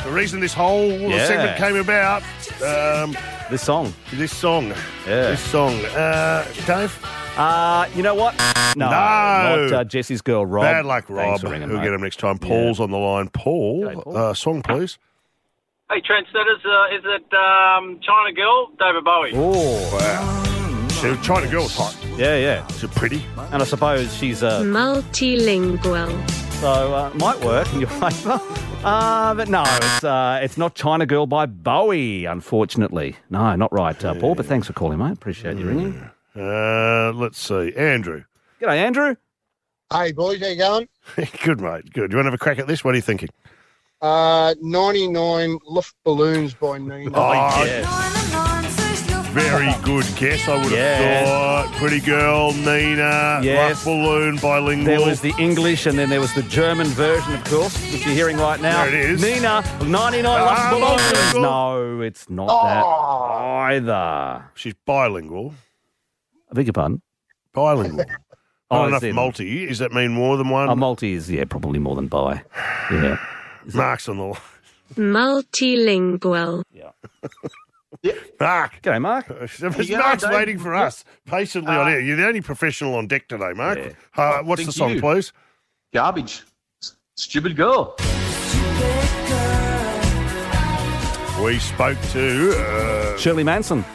The reason this whole
Yeah.
segment came about, um,
this song,
this song,
Yeah.
this song. Uh, Dave,
Uh, you know what? No,
No.
not uh, Jesse's girl, Rob.
bad luck, Rob.
Thanks for ringing,
we'll
mate.
get him next time. Paul's on the line. Paul, Uh, song, please.
Hey, Trent, that is, uh, is it um, China Girl, David Bowie?
Oh,
wow. She was trying to girl hot.
Yeah, yeah.
She's pretty.
And I suppose she's uh,
Multilingual.
so uh, it might work in your favour. Uh, but no, it's uh, it's not China Girl by Bowie, unfortunately. No, not right, uh, Paul. But thanks for calling, mate. Appreciate you ringing.
Uh, let's see. Andrew.
G'day, Andrew.
Hey, boys, how you going?
good, mate. Good. Do you want to have a crack at this? What are you thinking?
Uh, 99 Luft Balloons by Nina.
Oh, Very good guess, I would have
Yeah.
thought. Pretty girl, Nina.
Yes.
Rough balloon, bilingual.
There was the English, and then there was the German version, of course, which you're hearing right now.
There it is.
Nina, 99
Ah,
Lost Balloons.
multilingual.
No, it's not Oh.
Ah.
that either.
She's bilingual.
I beg your pardon.
Bilingual. Not
I
enough
see.
multi. Does that mean more than one?
Oh, A multi is yeah, probably more than bi. Yeah.
Mark's on the line.
Multilingual.
Mark.
G'day, Mark.
Yeah,
Mark's
Dave.
waiting for us patiently on air. You're the only professional on deck today, Mark. Uh, what's the
Uh, Thank
song,
you.
please?
Garbage. S- Stupid girl.
We spoke to uh,
Shirley Manson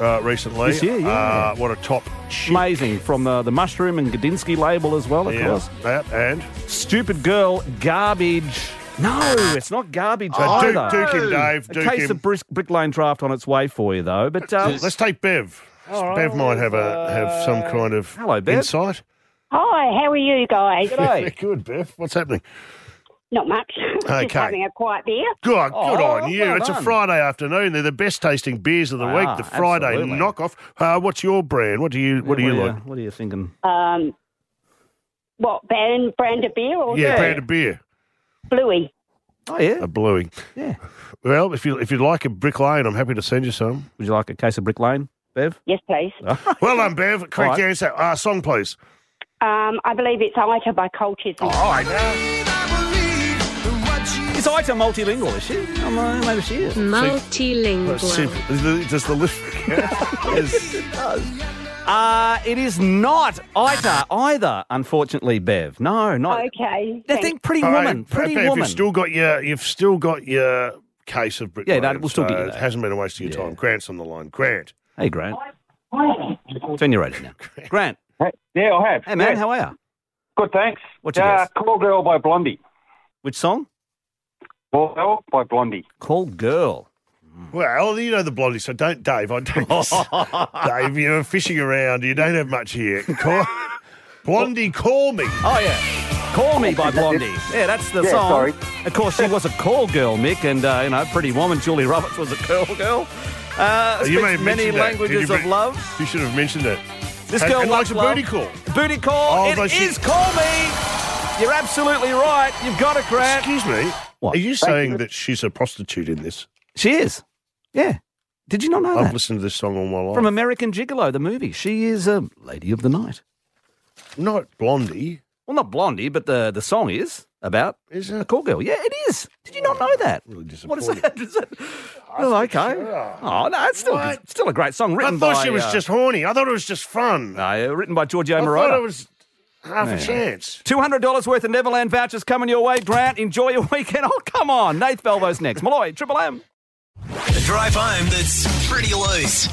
uh, recently.
This year, yeah.
Uh, what a top chick.
Amazing from the, the Mushroom and Gadinsky label as well, of
Yeah,
course.
that and
Stupid Girl, Garbage. No, it's not garbage
Ah. Uh, Duke-
either.
Duke him, Dave, Duke
a case
him.
of brisk, Brick Lane draft on its way for you, though. But uh,
let's take Bev. Bev might have a have some kind of
Hello, Bev.
insight.
Hi, how are you guys?
Good, Bev. What's happening?
Not much. Just
Okay.
having a quiet beer.
Good, good
Oh,
on you. it's a Friday afternoon. They're the best tasting beers of the
They
week.
are,
The Friday
Ah, absolutely.
knockoff. Uh, what's your brand? What do you What do you like?
What are you thinking?
Um, what brand brand of beer or
Yeah, brand of beer.
Bluey?
Oh yeah,
a bluey.
Yeah.
Well, if you if you'd like a brick lane, I'm happy to send you some.
Would you like a case of brick lane, Bev?
Yes, please.
well done, Bev. Correct
All right.
answer. Uh, song, please.
Um, I believe it's Ita by Colchis. Oh, I
Is Ita multilingual? Is she? Oh, maybe she is.
Multilingual.
Does the listener
Uh, it is not Ita either, unfortunately, Bev. No, not.
Okay.
I think pretty
All right,
woman, pretty
Bev,
woman.
You've still got your you've still got your case of brick.
Yeah, no,
lane,
we'll still
so
get you
It
that.
hasn't been a waste of your time. Grant's on the line. Grant.
Hey, Grant. Turn your radio now, Grant.
Yeah, I have.
Hey, man,
Yeah.
how are you?
Good, thanks.
What'd you
Uh,
guess?
Call Girl by Blondie.
Which song?
Call Girl by Blondie.
Call Girl.
Well, you know the blondie, so don't, Dave. I don't. Dave, you're fishing around. You don't have much here. Call, blondie, call me.
Oh yeah, call me by Blondie. Yeah, that's the
Yeah,
song.
sorry.
Of course, she was a call girl, Mick, and uh, you know, pretty woman Julie Roberts was a call girl. Uh,
Oh, you may
speaks many
have mentioned that. Did
languages
you
of
bring-
love.
You should have mentioned that.
This
And-
girl
and
likes
likes a
love.
booty call.
Booty call.
Oh,
It
but
is
she-
call me. You're absolutely right. You've got it, Grant.
Excuse me. Are you saying that she's a prostitute in this?
She is. Yeah. Did you not know
I've
that?
listened to this song all my life.
From American Gigolo, the movie. She is a lady of the night.
Not Blondie.
Well, not Blondie, but the, the song is about
is
a call girl. Yeah, it is. Did you not know that? what is that? Is that oh, okay. Oh, no, it's still,
What?
it's still a great song
I
written
thought
by,
she was
uh,
just horny. I thought it was just fun.
No, uh, written by Giorgio
I
Moroder.
thought it was half
Yeah.
a chance.
$200 worth of Neverland vouchers coming your way, Grant. Enjoy your weekend. Oh, come on. Nath Belvo's next. Malloy, Triple M.
A drive home that's pretty loose.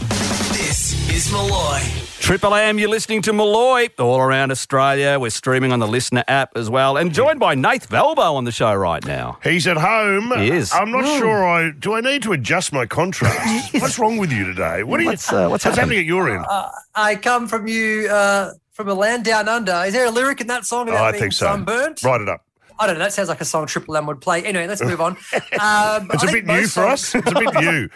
This is Malloy.
Triple M, you're listening to Malloy all around Australia. We're streaming on the Listener app as well, and joined by Nath Velbo on the show right now.
He's at home.
He is.
I'm not
Oh.
sure. I do. I need to adjust my contrast. what's wrong with you today? What are you?
What's, uh, what's
what's
happened?
happening at your end?
Uh, I come from you uh, from a land down under. Is there a lyric in that song?
Oh,
about
I
being
think so.
Sunburnt.
Write it up.
I don't know. That sounds like a song Triple M would play. Anyway, let's move on. Um,
It's
a
a bit new for us. It's a bit new.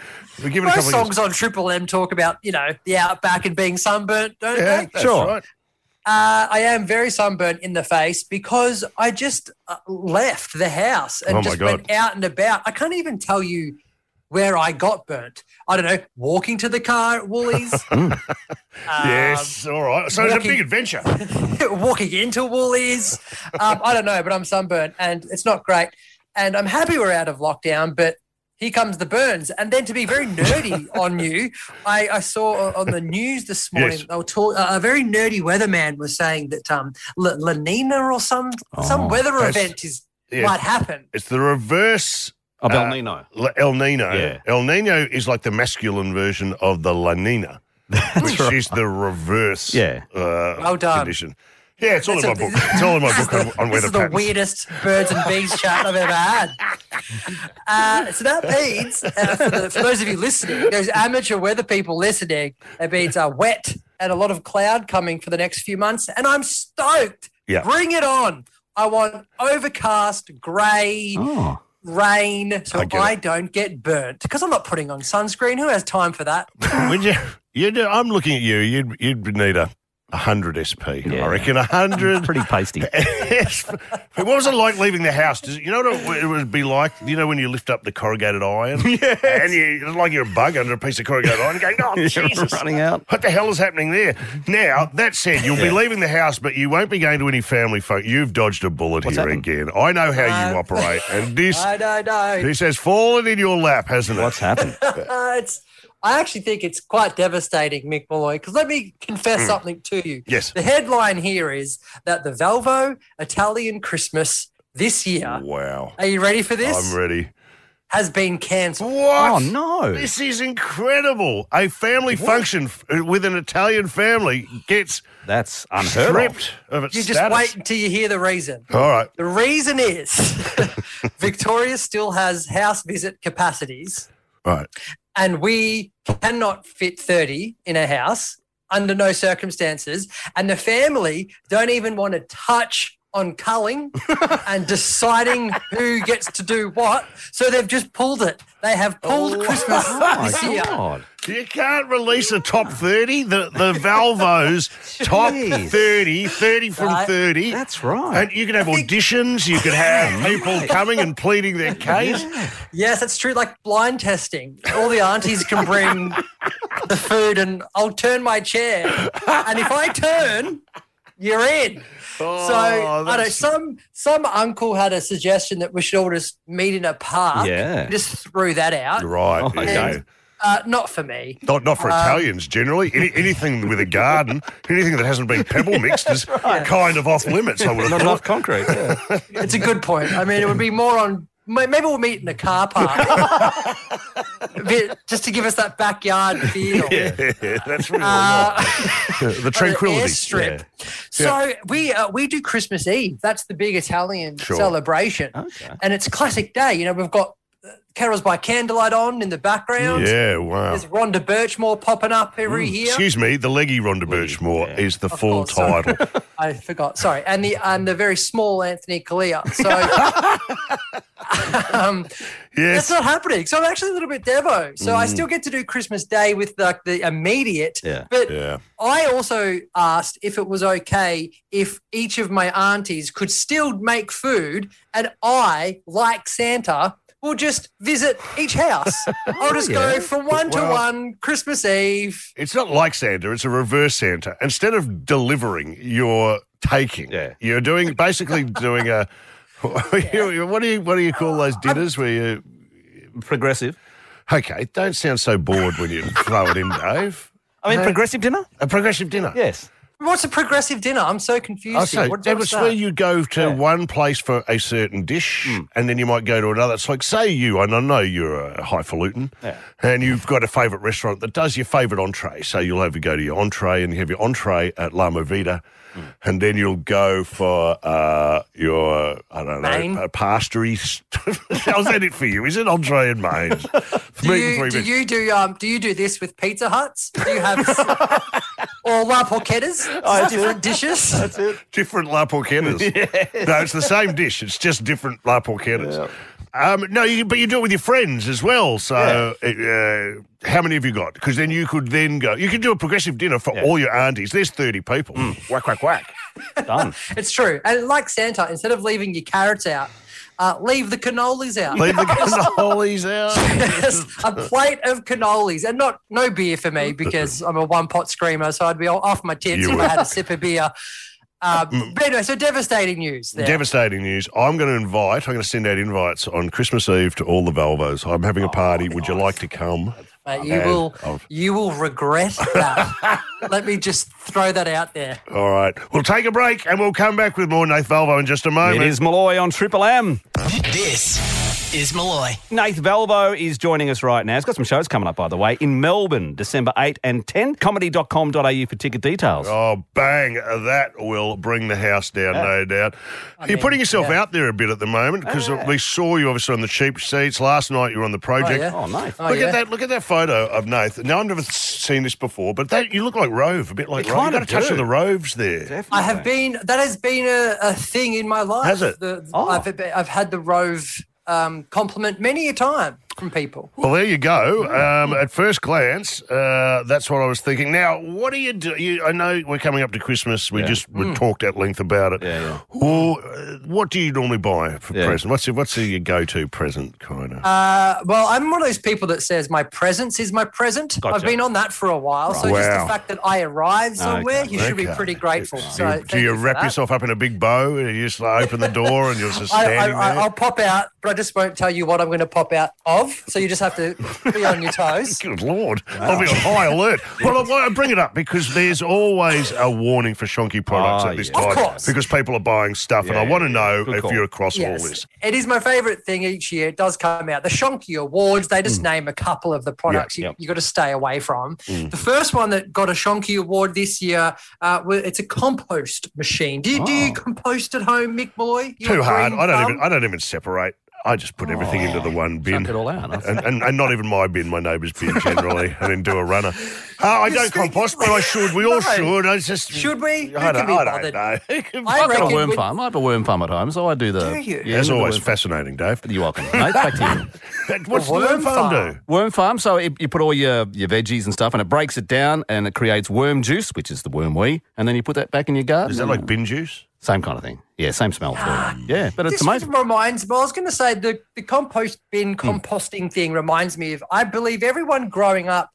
We give it a couple
Most
of
songs
years.
on Triple M talk about you know the outback and being sunburnt, don't
Yeah,
they?
that's Sure. right.
Uh, I am very sunburnt in the face because I just uh, left the house and
Oh, my
just
God.
went out and about. I can't even tell you where I got burnt. I don't know. Walking to the car at Woolies.
yes. All right. So it's a
Um, walking-
big adventure.
walking into Woolies. Um, I don't know, but I'm sunburnt and it's not great. And I'm happy we're out of lockdown, but here comes the burns. And then to be very nerdy on you, I, I saw on the news this morning
Yes.
they were talk, uh, a very nerdy weatherman was saying that um, La, La Nina or some
Oh,
some weather
that's-
event is
yeah.
might happen.
It's the reverse
Of El
uh,
Nino.
La- El Nino.
Yeah.
El Nino is like the masculine version of the La Nina, which is the reverse. Yeah. Uh,
Well done.
Condition. Yeah, it's all in my
That's a-
book. It's all in my book on, on
This
weather
is the
patterns.
weirdest birds and bees chart I've ever had. Uh, so that means, uh, for, the, for those of you listening, those amateur weather people listening, it means uh, wet and a lot of cloud coming for the next few months. And I'm stoked.
Yeah.
Bring it on. I want overcast, grey, rain,
Oh. I
so I,
get it.
don't get burnt. Because I'm not putting on sunscreen. Who has time for that?
Would you? You do. I'm looking at you. You'd you'd need a. 100 SP, I reckon. 100.
Pretty pasty.
what was it like leaving the house? Does, it- you know what it would be like? You know when you lift up the corrugated iron? yeah. And you, it's like you're a bug under a piece of corrugated iron going, oh,
You're
Jesus.
running out.
What the hell is happening there? Now, that said, you'll be leaving the house, but you won't be going to any family phone. You've dodged a bullet here again. I know how you operate. And this,
I don't know.
this has fallen in your lap, hasn't it? What's
happened?
it's I actually think it's quite devastating, Mick Malloy, because let me confess
Mm.
something to you.
Yes.
The headline here is that the Valvo Italian Christmas this year.
Wow.
Are you ready for this?
I'm ready.
Has been cancelled.
What?
Oh,
This is incredible. A family function f- uh, with an Italian family gets
that's
unheard of.
stripped of, its
You just
status.
wait until you hear the reason.
All right.
The reason is Victoria still has house visit capacities.
Right.
And we cannot fit 30 in a house under no circumstances. And the family don't even want to touch on culling and deciding who gets to do what. So they've just pulled it. They have pulled Christmas this year.
You can't release a top 30. The the Valvos top
Jeez.
30, 30 from
Right.
30.
That's right.
And you can have auditions, you can have people coming and pleading their case.
Yes, that's true. Like blind testing. All the aunties can bring the food, and I'll turn my chair. And if I turn, you're in. so
Oh,
I don't.
that's-
Some some uncle had a suggestion that we should all just meet in a park.
Yeah.
Just threw that out.
Right.
And,
okay.
uh, not for me.
Not, not for
Um,
Italians generally. Any, anything with a garden, anything that hasn't been pebble mixed is
right.
kind of off limits, I would have
Not
thought.
enough concrete. yeah.
It's a good point. I mean, it would be more on. may- Maybe we'll meet in a car park, A bit- just to give us that backyard feel.
Yeah, that's really
Uh,
nice. The tranquility.
airstrip.
Yeah.
So we uh, we do Christmas Eve. That's the big Italian
Sure.
celebration, and it's classic day. You know, we've got uh, carols by candlelight on in the background.
Yeah, wow.
There's Rhonda Birchmore popping up every
Mm.
year.
Excuse me, the leggy Rhonda Birchmore is the full
course, sorry.
title.
I forgot. Sorry, and the and the very small Anthony Kalia. So. um,
Yes.
That's not happening. So I'm actually a little bit devo. So I
Mm.
still get to do Christmas Day with like the immediate,
Yeah.
but
yeah.
I also asked if it was okay if each of my aunties could still make food and I, like Santa, will just visit each house. I'll just
Oh, yeah.
go from one to
Well-
one Christmas Eve.
It's not like Santa, it's a reverse Santa. Instead of delivering, you're taking. Yeah. You're doing basically doing a what do you what do you call those dinners where you
progressive?
Okay, don't sound so bored when you throw it in, Dave.
I mean,
No.
progressive dinner?
A progressive dinner.
Yes.
What's a progressive dinner? I'm so confused.
Oh,
here.
so
What-
that was
what's that? Hmm.
where you go to one place for a certain dish, and then you might go to another. It's like, say you, and I know you're a highfalutin, and you've got a favourite restaurant that does your favourite entree. So you'll have you go to your entree, and you have your entree at La Movida,
Hmm.
and then you'll go for uh, your I don't
Main.
know uh, pastries. How's that it for you? Is it entree and mains?
Do you, do you do um do you do this with Pizza Huts? Do you have or La Porchetta's?
I do.
different dishes. That's
it.
different La Porchettas. No, it's the same dish. It's just different La Porchettas. Um, no, you, but you do it with your friends as well. So, uh, how many have you got? Because then you could then go. You could do a progressive dinner for all your aunties. There's thirty people. Mm. Whack whack whack.
Done.
It's true. And like Santa, instead of leaving your carrots out, uh, leave the cannolis out.
Leave the cannolis out.
Yes, a plate of cannolis, and not no beer for me because I'm a one pot screamer, so I'd be all off my tits
You
if I
would. Mm.
had a sip of beer. Uh, but anyway, so devastating news. There.
Devastating news. I'm going to invite. I'm going to send out invites on Christmas Eve to all the Valvos. I'm having a party. Would you like to come?
Mate, you
And
will
I've-
you will regret that. Let me just throw that out there.
All right. We'll take a break and we'll come back with more Nath Valvo in just a moment.
It is Malloy on Triple M.
This is Malloy.
Nath Valvo is joining us right now. He's got some shows coming up, by the way, in Melbourne, December 8 and 10. Comedy.com.au for ticket details.
Oh, bang. That will bring the house down, no doubt. You're putting yourself out there a bit at the moment because we saw you obviously on the cheap seats. Last night you were on the project.
yeah? Oh, nice. Oh,
look
yeah.
at that Look at that photo of Nath. Now, I've never seen this before, but that you look like Rove, a bit like
You
Rove. You've
kind
got a
of
touch
do.
of the Roves there.
I have been that has been a, a thing in my life.
Has it? Oh.
The, I've, I've had the Rove um, compliment many a time from people.
Well, there you go.
Mm.
Um, at first glance, uh, that's what I was thinking. Now, what do you do? You, I know we're coming up to Christmas. We just we
Mm.
talked at length about it. Or, uh, what do you normally buy for present? What's your, what's your go to present kind of?
Uh, well, I'm one of those people that says my presence is my present.
Gotcha.
I've been on that for a while, so
Right.
just
Wow.
the fact that I arrived somewhere,
Okay.
you should be
Okay.
pretty grateful.
do
So
you,
thank
do you
for
wrap
that.
yourself up in a big bow and you just like, open the door and you're just
I,
standing
I,
there?
I'll pop out, but I just won't tell you what I'm going to pop out of. So you just have to be on your toes.
Good Lord, I'll be on high alert. Well, I, I bring it up because there's always a warning for shonky products
Ah,
at this
yeah.
time
Of course.
because people are buying stuff, and
Yeah,
I want to
yeah,
know
Good
if
call.
you're across all
Yes.
this.
It is my favorite thing each year. It does come out. The Shonky Awards, they
Mm.
just name a couple of the products
yep.
you, you got to stay away from.
Mm.
The first one that got a Shonky Award this year, uh, well, it's a compost machine. Do you, do you compost at home, Mick Malloy? You
Oh. Too
a
hard.
green
I don't
thumb?
even. I don't even separate. I just put everything into the one bin.
Oh, it all out.
And, and, and not even my bin, my neighbour's bin generally, and then do a runner. Oh, I don't compost, but I should. We
No.
all should. I just
Should we? Who
I
can
don't,
be
I
bothered?
don't know.
I have got a
reckon
worm
we-
farm. I have a worm farm at home, so I do the.
Do you?
Yeah,
As
I do the
always,
worm farm.
fascinating, Dave.
You're welcome, mate. Back to you.
What's the worm worm farm farm? do?
Worm farm. So it, you put all your, your veggies and stuff, and it breaks it down, and it creates worm juice, which is the worm wee, and then you put that back in your garden.
Is that like bin juice?
Same kind of thing. Yeah, same smell. for it. yeah, but it's
this
amazing. Hmm.
reminds me. I was going to say the, the compost bin composting thing reminds me of. I believe everyone growing up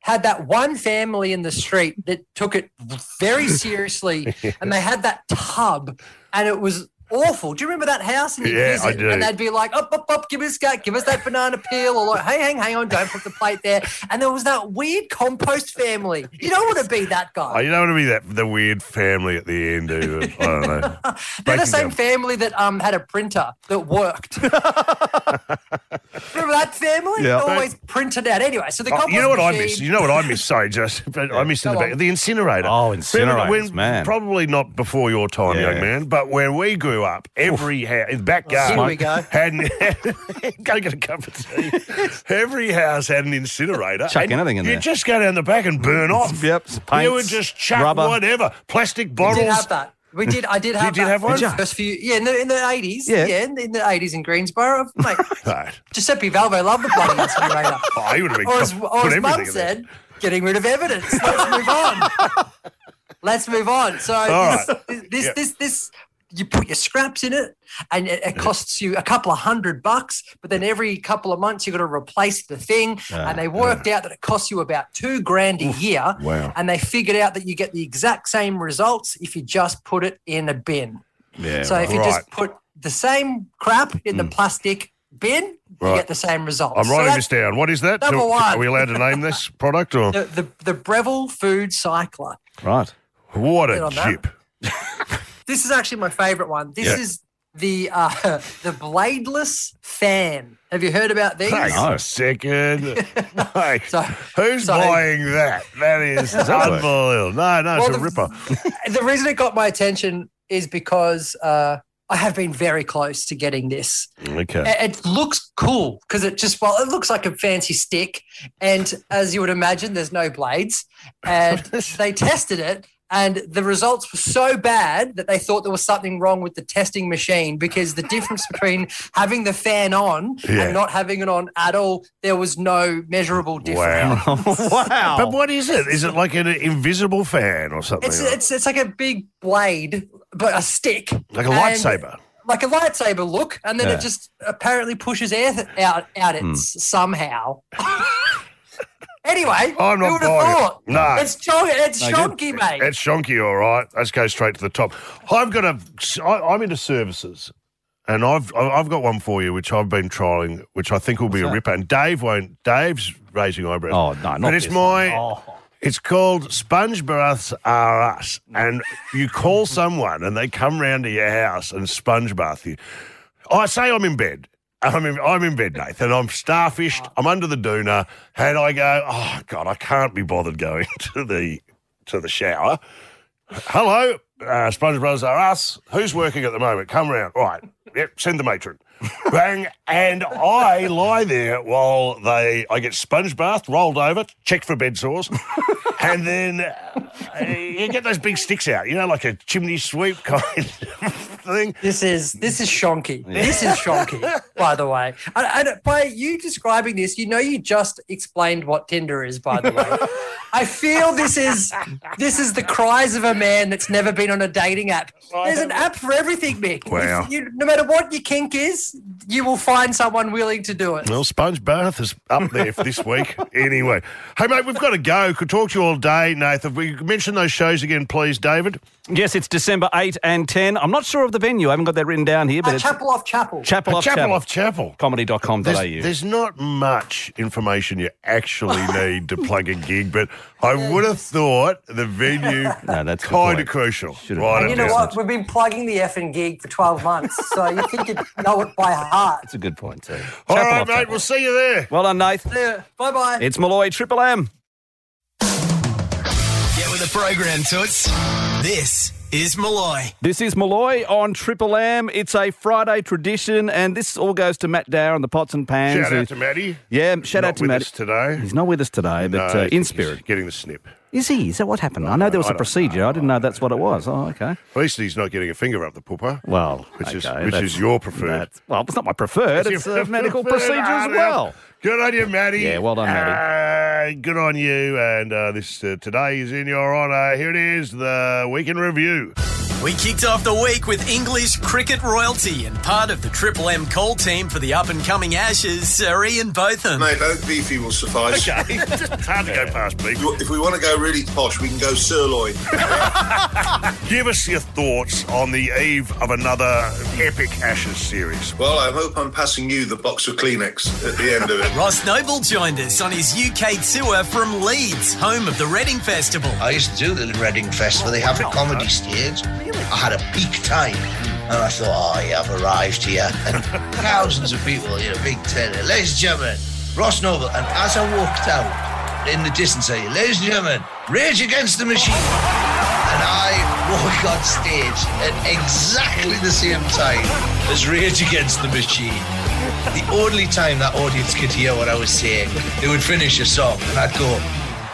had that one family in the street that took it very seriously, and they had that tub, and it was awful. Do you remember that house? And you'd
Yeah, I
visit,
do.
And they'd be like, "Up, up, up! Give us that, give us that banana peel," or like, "Hey, hang, hang on, don't put the plate there." And there was that weird compost family. You don't want to be that guy.
Oh, you don't want to be that the weird family at the end, do you? I don't know.
They're the
Breaking
same
down.
family that um had a printer that worked. Remember that family?
Yeah.
Always printed out. Anyway, so the
Oh,
compost
you know what I
machine-
miss? You know what I miss? Sorry, just but I miss in the
Go
back the incinerator. Oh,
incinerators, man.
Probably not before your time,
Yeah.
young man. But when we grew up, every house, in the back
Here
garden,
we go.
had an, go get a cup of tea. every house had an incinerator.
Chuck
and
anything in
you
there.
just go down the back and burn off.
Yep,
you
paints,
would just chuck
rubber.
whatever, plastic
We
bottles.
did have that. We did. I did
You
have.
did
that
have
for
one?
the First few, yeah, in the, in the eighties.
Yeah.
Yeah. in in the eighties in Greensboro, mate.
Right.
Giuseppe Valvo loved the bloody incinerator.
Oh, he would have been.
or as,
put
or as
everything
Mum
in there.
said, getting rid of evidence. Let's move on. Let's move on. So
All
this,
right.
this, this,
Yeah.
this, you put your scraps in it, and it, it costs you a couple of hundred bucks. But then every couple of months, you've got to replace the thing.
Ah,
and they worked out that it costs you about two grand a year.
wow.
And they figured out that you get the exact same results if you just put it in a bin.
Yeah,
so if you
right. Hmm.
just put the same crap in the plastic bin,
Right.
you get the same results.
I'm
So
writing this
that's-
down. What is that?
Number
Do-
one.
Are we allowed to name this product or?
the, the, the Breville Food Cycler.
Right.
What
Get
a
on that.
chip.
This is actually my favorite one. This
Yeah.
is the uh, the bladeless fan. Have you heard about these?
Hang on a second. Mate, who's
so-
buying that? That is
Does that work?
unbelievable. No, no, it's
Well,
a
the-
ripper.
The reason it got my attention is because uh, I have been very close to getting this.
Okay.
It it looks cool because it just well, it looks like a fancy stick, and as you would imagine, there's no blades. And they tested it, and the results were so bad that they thought there was something wrong with the testing machine because the difference between having the fan on
Yeah.
and not having it on at all, there was no measurable difference.
Wow.
wow.
But what is it? Is it like an invisible fan or something?
It's, it's it's like a big blade, but a stick,
like a
And-
lightsaber.
like a lightsaber look, and then
Yeah.
it just apparently pushes air th- out out it
Hmm.
s- somehow. anyway,
I'm
who
not
would have
buying
thought?
it. No.
it's John, it's
No good.
Shonky, mate.
It's shonky, all right. Let's go straight to the top. I've got a. I, I'm into services, and I've I've got one for you, which I've been trialing, which I think will be a ripper. And Dave won't. Dave's raising eyebrows.
Oh, no, not
But it's
this
my.
one. Oh.
It's called Sponge Baths Are Us, and you call someone and they come round to your house and sponge bath you. I say I'm in bed. I'm in, I'm in bed, Nathan. I'm starfished. I'm under the doona, and I go, oh god, I can't be bothered going to the to the shower. Hello, uh, Sponge Brothers are us. Who's working at the moment? Come round. All right. Yep, send the matron. Bang. And I lie there while they, I get sponge bathed, rolled over, checked for bed sores. And then uh, you get those big sticks out, you know, like a chimney sweep kind of thing.
This is this is shonky. This is shonky, by the way. And, and by you describing this, you know you just explained what Tinder is, by the way. I feel this is this is the cries of a man that's never been on a dating app. There's an app for everything, Mick.
Wow.
If You, no matter what your kink is, you will find someone willing to do it.
Well, sponge bath is up there for this week. Anyway, hey mate, we've got to go. Could talk to you all day, Nathan. We mention those shows again, please, David.
Yes, it's December 8 and 10. I'm not sure
Ah.
of the venue. I haven't got that written down here, but
Uh,
it's
chapel off chapel.
Chapel
A
off
Chapel
Chapel.
off Chapel.
Comedy.com.au.
There's, there's not much information you actually need to plug a gig, but I would have thought the venue
No, that's the
kind of
point.
crucial.
been.
right
And you
it
know
is.
what? We've been plugging the effing gig for 12 months, so you think you know it by heart.
That's a good point, too. Chapel
All right,
off
mate.
Chapel.
We'll see you there.
Well done, Nath.
Yeah. Bye bye.
It's Malloy Triple M.
Get with the program, Toots. This is Malloy.
This is Malloy on Triple M. It's a Friday tradition, and this all goes to Matt Dower and the Pots and Pans.
Shout
who-
out to Maddie.
Yeah, shout
Not
out to
with
Matt.
us today.
He's not with us today, but
No,
uh, in
he's
spirit.
Getting the snip.
Is he? Is that what happened? I know there was
I
a
don't
procedure. I didn't know that's what it was. Oh, okay.
At least he's not getting a finger up the pooper.
Well,
which is
okay,
which
that's-
is your preferred.
that's- well, it's not my preferred. It's a medical procedure as well.
Good on you, Maddie.
Yeah, well done,
Maddie. good on you. And uh, this uh, today is in your honour. Here it is, the week in review.
We kicked off the week with English cricket royalty and part of the Triple M call team for the up and coming Ashes, Sir Ian Botham.
Mate, oak beefy will suffice.
Okay, hard to go past beef.
If we want to go really posh, we can go sirloin.
Give us your thoughts on the eve of another epic Ashes series.
Well, I hope I'm passing you the box of Kleenex Uh, at the end of it.
Ross Noble joined us on his UK tour from Leeds, home of the Reading Festival.
I used to do the Reading Festival. They have a comedy stage. I had a peak time. And I thought, oh, yeah, I've arrived here. And thousands of people, you know, big tent. Ladies and gentlemen, Ross Noble. And as I walked out in the distance, I, ladies and gentlemen, Rage Against the Machine. And I walk on stage at exactly the same time as Rage Against the Machine. The only time that audience could hear what I was saying, they would finish a song, and I'd go,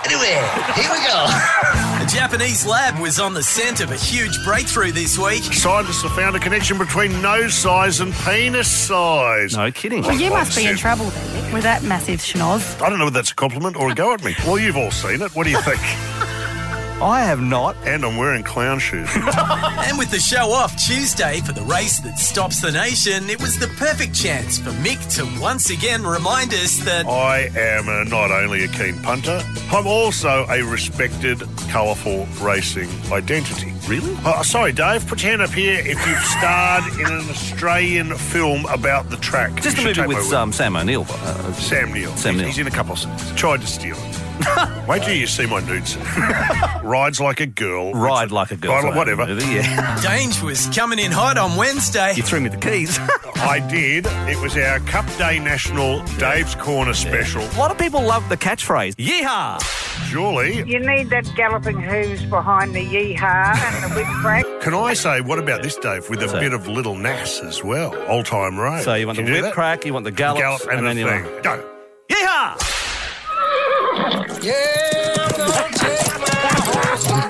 anyway, here we go.
A Japanese lab was on the scent of a huge breakthrough this week.
Scientists have found a connection between nose size and penis size.
No kidding.
Well, you must be in trouble then, Nick, with that massive schnoz.
I don't know if that's a compliment or a go at me. Well, you've all seen it. What do you think?
I have not.
And I'm wearing clown shoes.
and with the show off Tuesday for the race that stops the nation, it was the perfect chance for Mick to once again remind us that
I am uh, not only a keen punter, I'm also a respected, colourful racing identity. Really? Oh, sorry, Dave. Put your hand up here if you've starred in an Australian film about the track.
Just a
You should
movie
take my
with
word.
um, Sam O'Neill. Uh,
Sam Neill.
Sam
He's-
Neill.
He's in a couple of scenes. Tried to steal it. Wait till you see my nude scene. Rides like a girl.
Ride like a girl.
Ride like- whatever.
Dange was coming in hot on Wednesday. You
threw me the keys.
I did. It was our Cup Day National Dave's Corner special.
A lot of people love the catchphrase, yeehaw!
Surely.
You need that galloping hooves behind the yeehaw and the whip crack.
Can I say, what about this, Dave, with a bit of Little Nass as well? Old time road.
So you want
Can
the
do
whip
that?
crack, you want the gallops,
Gallop
and
and,
then
the
you
thing.
want-
Go.
Yeehaw!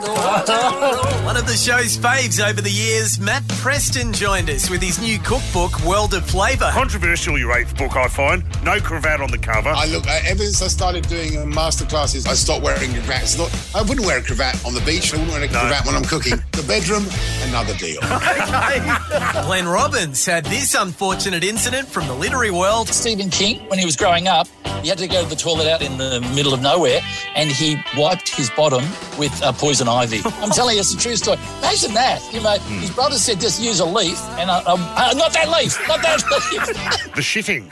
One of the show's faves over the years, Matt Preston joined us with his new cookbook, World of Flavour.
Controversial, your eighth book, I find. No cravat on the cover.
I look I- ever since I started doing uh, master classes, I stopped wearing cravats. Look, I wouldn't wear a cravat on the beach. I wouldn't wear a cravat when I'm cooking. The bedroom, another deal.
Glenn Robbins had this unfortunate incident from the literary world.
Stephen King, when he was growing up, he had to go to the toilet out in the middle of nowhere and he wiped his bottom with uh, poison ivy. I'm telling you, it's a true story. Imagine that. You know,
Hmm.
his brother said, just use a leaf. And I, um, uh, not that leaf, not that leaf.
The shitting.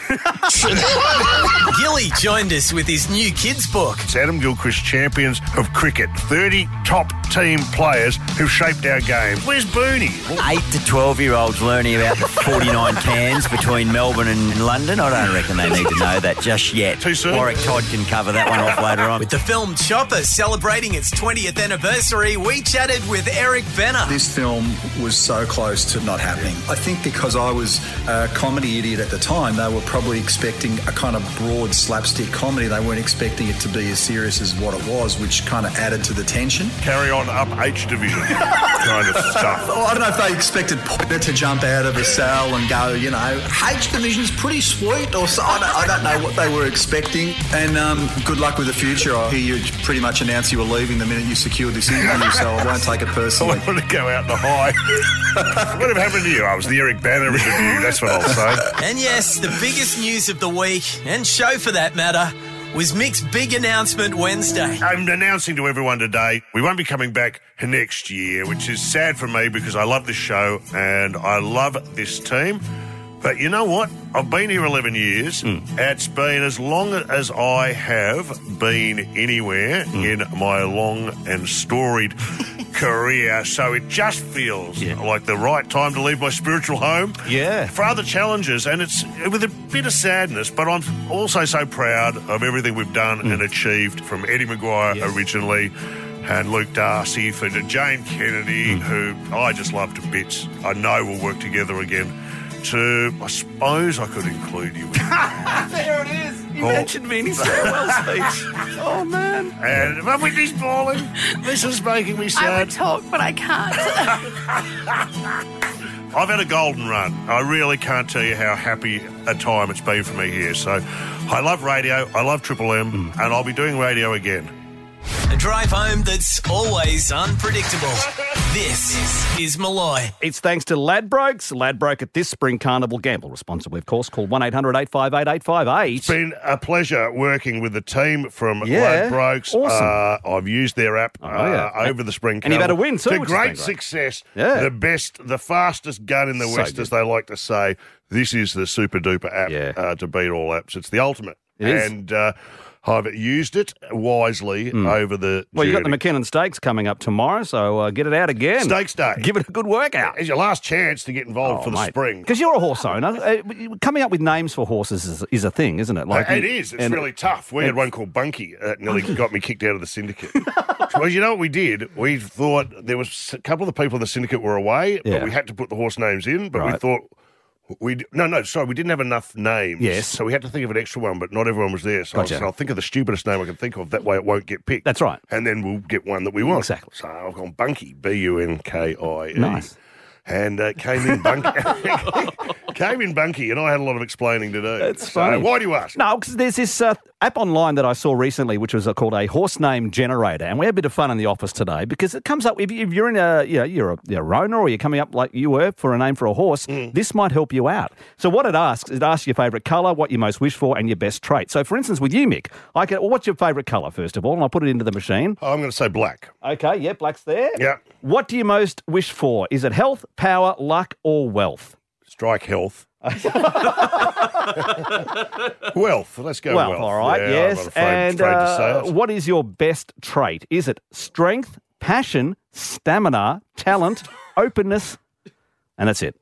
Gilly joined us with his new kids' book.
It's Adam Gilchrist, champions of cricket. 30 top team players who've shaped our game. Where's Booney?
8 to 12 year olds learning about the 49 cans between Melbourne and London. I don't reckon they need to know that just yet. Too soon. Warwick Todd can cover that one off later on.
With the film Chopper celebrating its 20th anniversary, we chatted with Eric Benner.
This film was so close to not happening. I think because I was a comedy idiot at the time, they were probably expecting a kind of broad slapstick comedy. They weren't expecting it to be as serious as what it was, which kind of added to the tension.
Carry on up H Division kind of stuff.
Well, I don't know if they expected Potter to jump out of a cell and go, you know, H Division's pretty sweet, or so. I don't, I don't know what they were expecting. And um, good luck with the future. I hear you pretty much announced you were leaving the minute you secured this interview, so I won't take it personally.
I want to go out the high. Whatever happened to you? I was the Eric Banner interview, that's what I'll say.
And yes, the biggest news of the week, and show for that matter, was Mick's big announcement Wednesday.
I'm announcing to everyone today we won't be coming back next year, which is sad for me because I love this show and I love this team. But you know what? I've been here 11 years. It's been as long as I have been anywhere in my long and storied career. So it just feels like the right time to leave my spiritual home. Yeah. For other challenges. And it's with a bit of sadness, but I'm also so proud of everything we've done and achieved from Eddie Maguire originally and Luke Darcy for the Jane Kennedy, who I just love to bits. I know we'll work together again. To I suppose I could include you. in-
there it is. He
Oh.
mentioned me in his farewell speech.
Oh man! And but with this balling, this is making me sad. I would
talk, but I can't.
I've had a golden run. I really can't tell you how happy a time it's been for me here. So I love radio, I love Triple M,
Hmm.
and I'll be doing radio again.
A drive home that's always unpredictable. This is Malloy.
It's thanks to Ladbrokes. Ladbroke at this spring carnival. Gamble responsibly, of course. Call 1 800 858 858. It's
been a pleasure working with the team from
yeah.
Ladbrokes.
Awesome. Oh,
Uh, I've used their app
yeah.
uh, over the spring.
And you've had a
carnival.
win too,
To
which has been
great
great.
success.
Yeah.
The best, the fastest gun in the
So
West,
good.
as they like to say. This is the super duper app uh, to beat all apps. It's the ultimate.
It is. Hmm.
And uh, I've used it wisely over the.
well, you've got the
journey.
McKinnon Stakes coming up tomorrow, so uh, get it out again.
Stakes Day.
Give it a good workout.
It's your last chance to get involved for the spring.
Because Oh, you're a horse owner. Uh, Coming up with names for horses is, is a thing, isn't it?
it is. It's
and-
really tough. We had one called Bunky that nearly got me kicked out of the syndicate. well, you know what we did? We thought there was a couple of the people in the syndicate were away,
Yeah.
but we had to put the horse names in. But we
Right.
thought we no no sorry we didn't have enough names.
Yes.
so we had to think of an extra one, but not everyone was there. So
Gotcha.
I said, I'll think of the stupidest name I can think of. That way it won't get picked.
That's right.
And then we'll get one that we want.
Exactly.
So I've gone Bunky, B U N K I E.
Nice.
And uh, came in Bunky. came in Bunky, and I had a lot of explaining to do. That's
funny.
Why do you ask?
No, because there's this uh, app online that I saw recently, which was uh, called a horse name generator, and we had a bit of fun in the office today because it comes up if, you- if you're in a you know, you're a, you're a owner or you're coming up like you were for a name for a horse,
Mm.
this might help you out. So what it asks, it asks your favourite colour, what you most wish for, and your best trait. So for instance, with you, Mick, I can. Well, what's your favourite colour first of all? And I put it into the machine.
Oh, I'm going to say black.
Okay, yeah, black's there.
Yeah.
What do you most wish for? Is it health, power, luck, or wealth?
Strike health. Wealth. Let's go
Well,
wealth.
all right,
Yeah, I'm
yes.
not afraid-
and
afraid to say
uh,
it.
what is your best trait? Is it strength, passion, stamina, talent, openness? And that's it.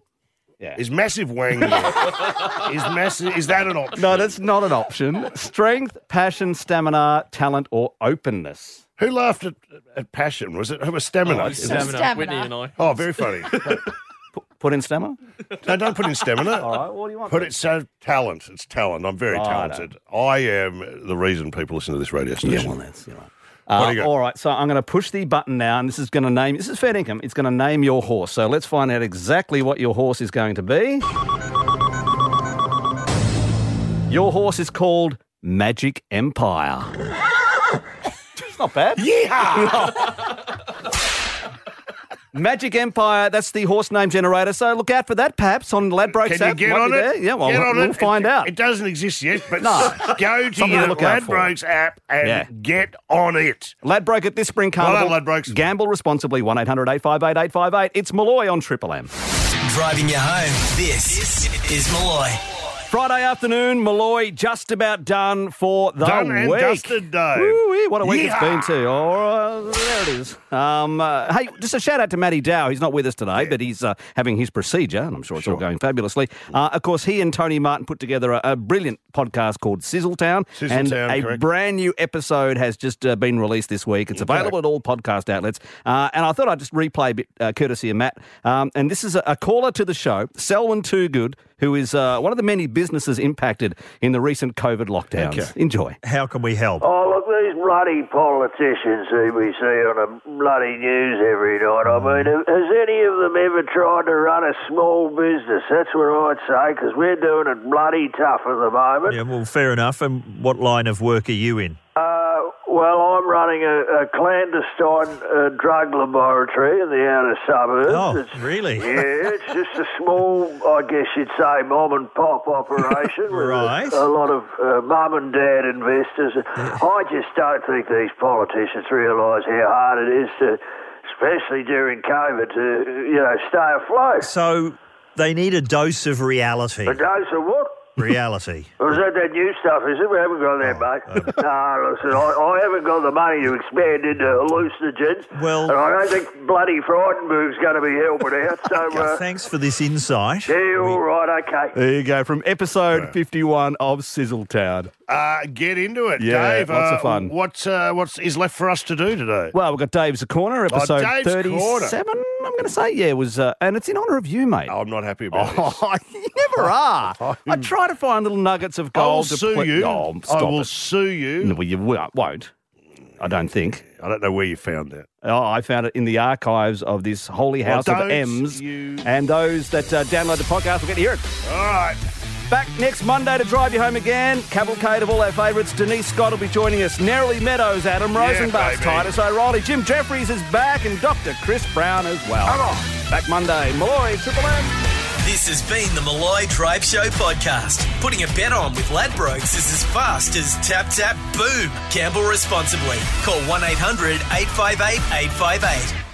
Yeah.
Is massive wang there? is massive? Is that an option?
No, that's not an option. strength, passion, stamina, talent, or openness.
Who laughed at, at passion? Was it? It was stamina.
Oh,
is it?
stamina. Stamina. Whitney and I.
Oh, very funny.
Put in stamina.
No, don't put in stamina.
All right, what do you want?
Put it so talent. It's talent. I'm very
Righto.
talented. I am the reason people listen to this radio station.
well, Uh,
do you got?
all right, so I'm going to push the button now, and this is going to name. This is fair income. It's going to name your horse. So let's find out exactly what your horse is going to be. Your horse is called Magic Empire. it's not bad.
Yeehaw!
Magic Empire. That's the horse name generator. So look out for that, perhaps on Ladbrokes
Can you
app.
get
Might
on
be
it?
there. Yeah, well,
Get on
we'll
it.
find
It-
out.
It doesn't exist yet, but
No.
go to
Something to
your
look out for.
Ladbrokes app and
Yeah.
get on it.
Ladbroke at this spring
Well
carnival.
done, Ladbrokes.
Gamble responsibly. One 858 858. It's Malloy on Triple M.
Driving you home, this is Malloy.
Friday afternoon, Malloy just about done for the
Done and
week.
dusted, Dave.
Woo-wee, what a week
Yeehaw.
it's been too. All right, there it is. Um, uh, hey, just a shout out to Matty Dow. He's not with us today, but he's uh, having his procedure, and I'm sure it's all going fabulously. Uh, of course, he and Tony Martin put together a, a brilliant podcast called Sizzletown, and
Sizzletown,
a
correct.
brand new episode has just uh, been released this week. It's available at all podcast outlets. Uh, and I thought I'd just replay a bit, uh, courtesy of Matt. Um, and this is a, a caller to the show, Selwyn Toogood, who is uh, one of the many businesses impacted in the recent COVID lockdowns.
Okay.
Enjoy. How can we help?
Oh, look, these bloody politicians who we see on the bloody news every night. I mean,
Hmm.
has any of them ever tried to run a small business? That's what I'd say, because we're doing it bloody tough at the moment.
Yeah, well, fair enough. And what line of work are you in?
Uh, well, I'm running a, a clandestine uh, drug laboratory in the outer suburbs.
Oh,
It's-
really?
Yeah, it's just a small, I guess you'd say, mom and pop operation with a-
Right.
a, lot of uh, mum and dad investors. I just don't think these politicians realise how hard it is to, especially during COVID, to you know stay afloat.
So they need a dose of reality.
A dose of what?
Reality.
Well, is that that new stuff, is it? We haven't got that, mate. No, listen, I, I haven't got the money to expand into hallucinogens.
Well-
and I don't think bloody Frydenberg's going to be helping out. So, uh,
Thanks for this insight.
yeah, all right, okay.
There you go, from episode 51 of Sizzletown.
Uh, get into it,
Yeah,
Dave.
lots
uh,
of fun.
What's uh, what's is left for us to do today? Oh,
Well, we've got Dave's Corner, episode
Dave's
37,
Corner.
I'm going to say. Yeah, it was, uh, and it's in honour of you, mate.
I'm not happy about
Oh, you never are. I try to find little nuggets of
I
gold.
will
to
sue
pla-
you.
Oh,
I
stop
will
it.
sue you.
No, well, you w- won't. I don't think.
I don't know where you found that.
Oh, I found it in the archives of this Holy
Well,
House of
don't
M's.
you-
And those that uh, download the podcast will get to hear it.
All right.
Back next Monday to drive you home again. Cavalcade of all our favourites. Denise Scott will be joining us. Narrowly Meadows, Adam
Yeah,
Rosenbach,
baby.
Titus O'Reilly, Jim Jeffries is back, and Dr. Chris Brown as well. Come on. Back Monday. Malloy, Triple M.
This has been the Malloy Drive Show podcast. Putting a bet on with Ladbrokes is as fast as tap, tap, boom. Gamble responsibly. Call 1 800 858 858.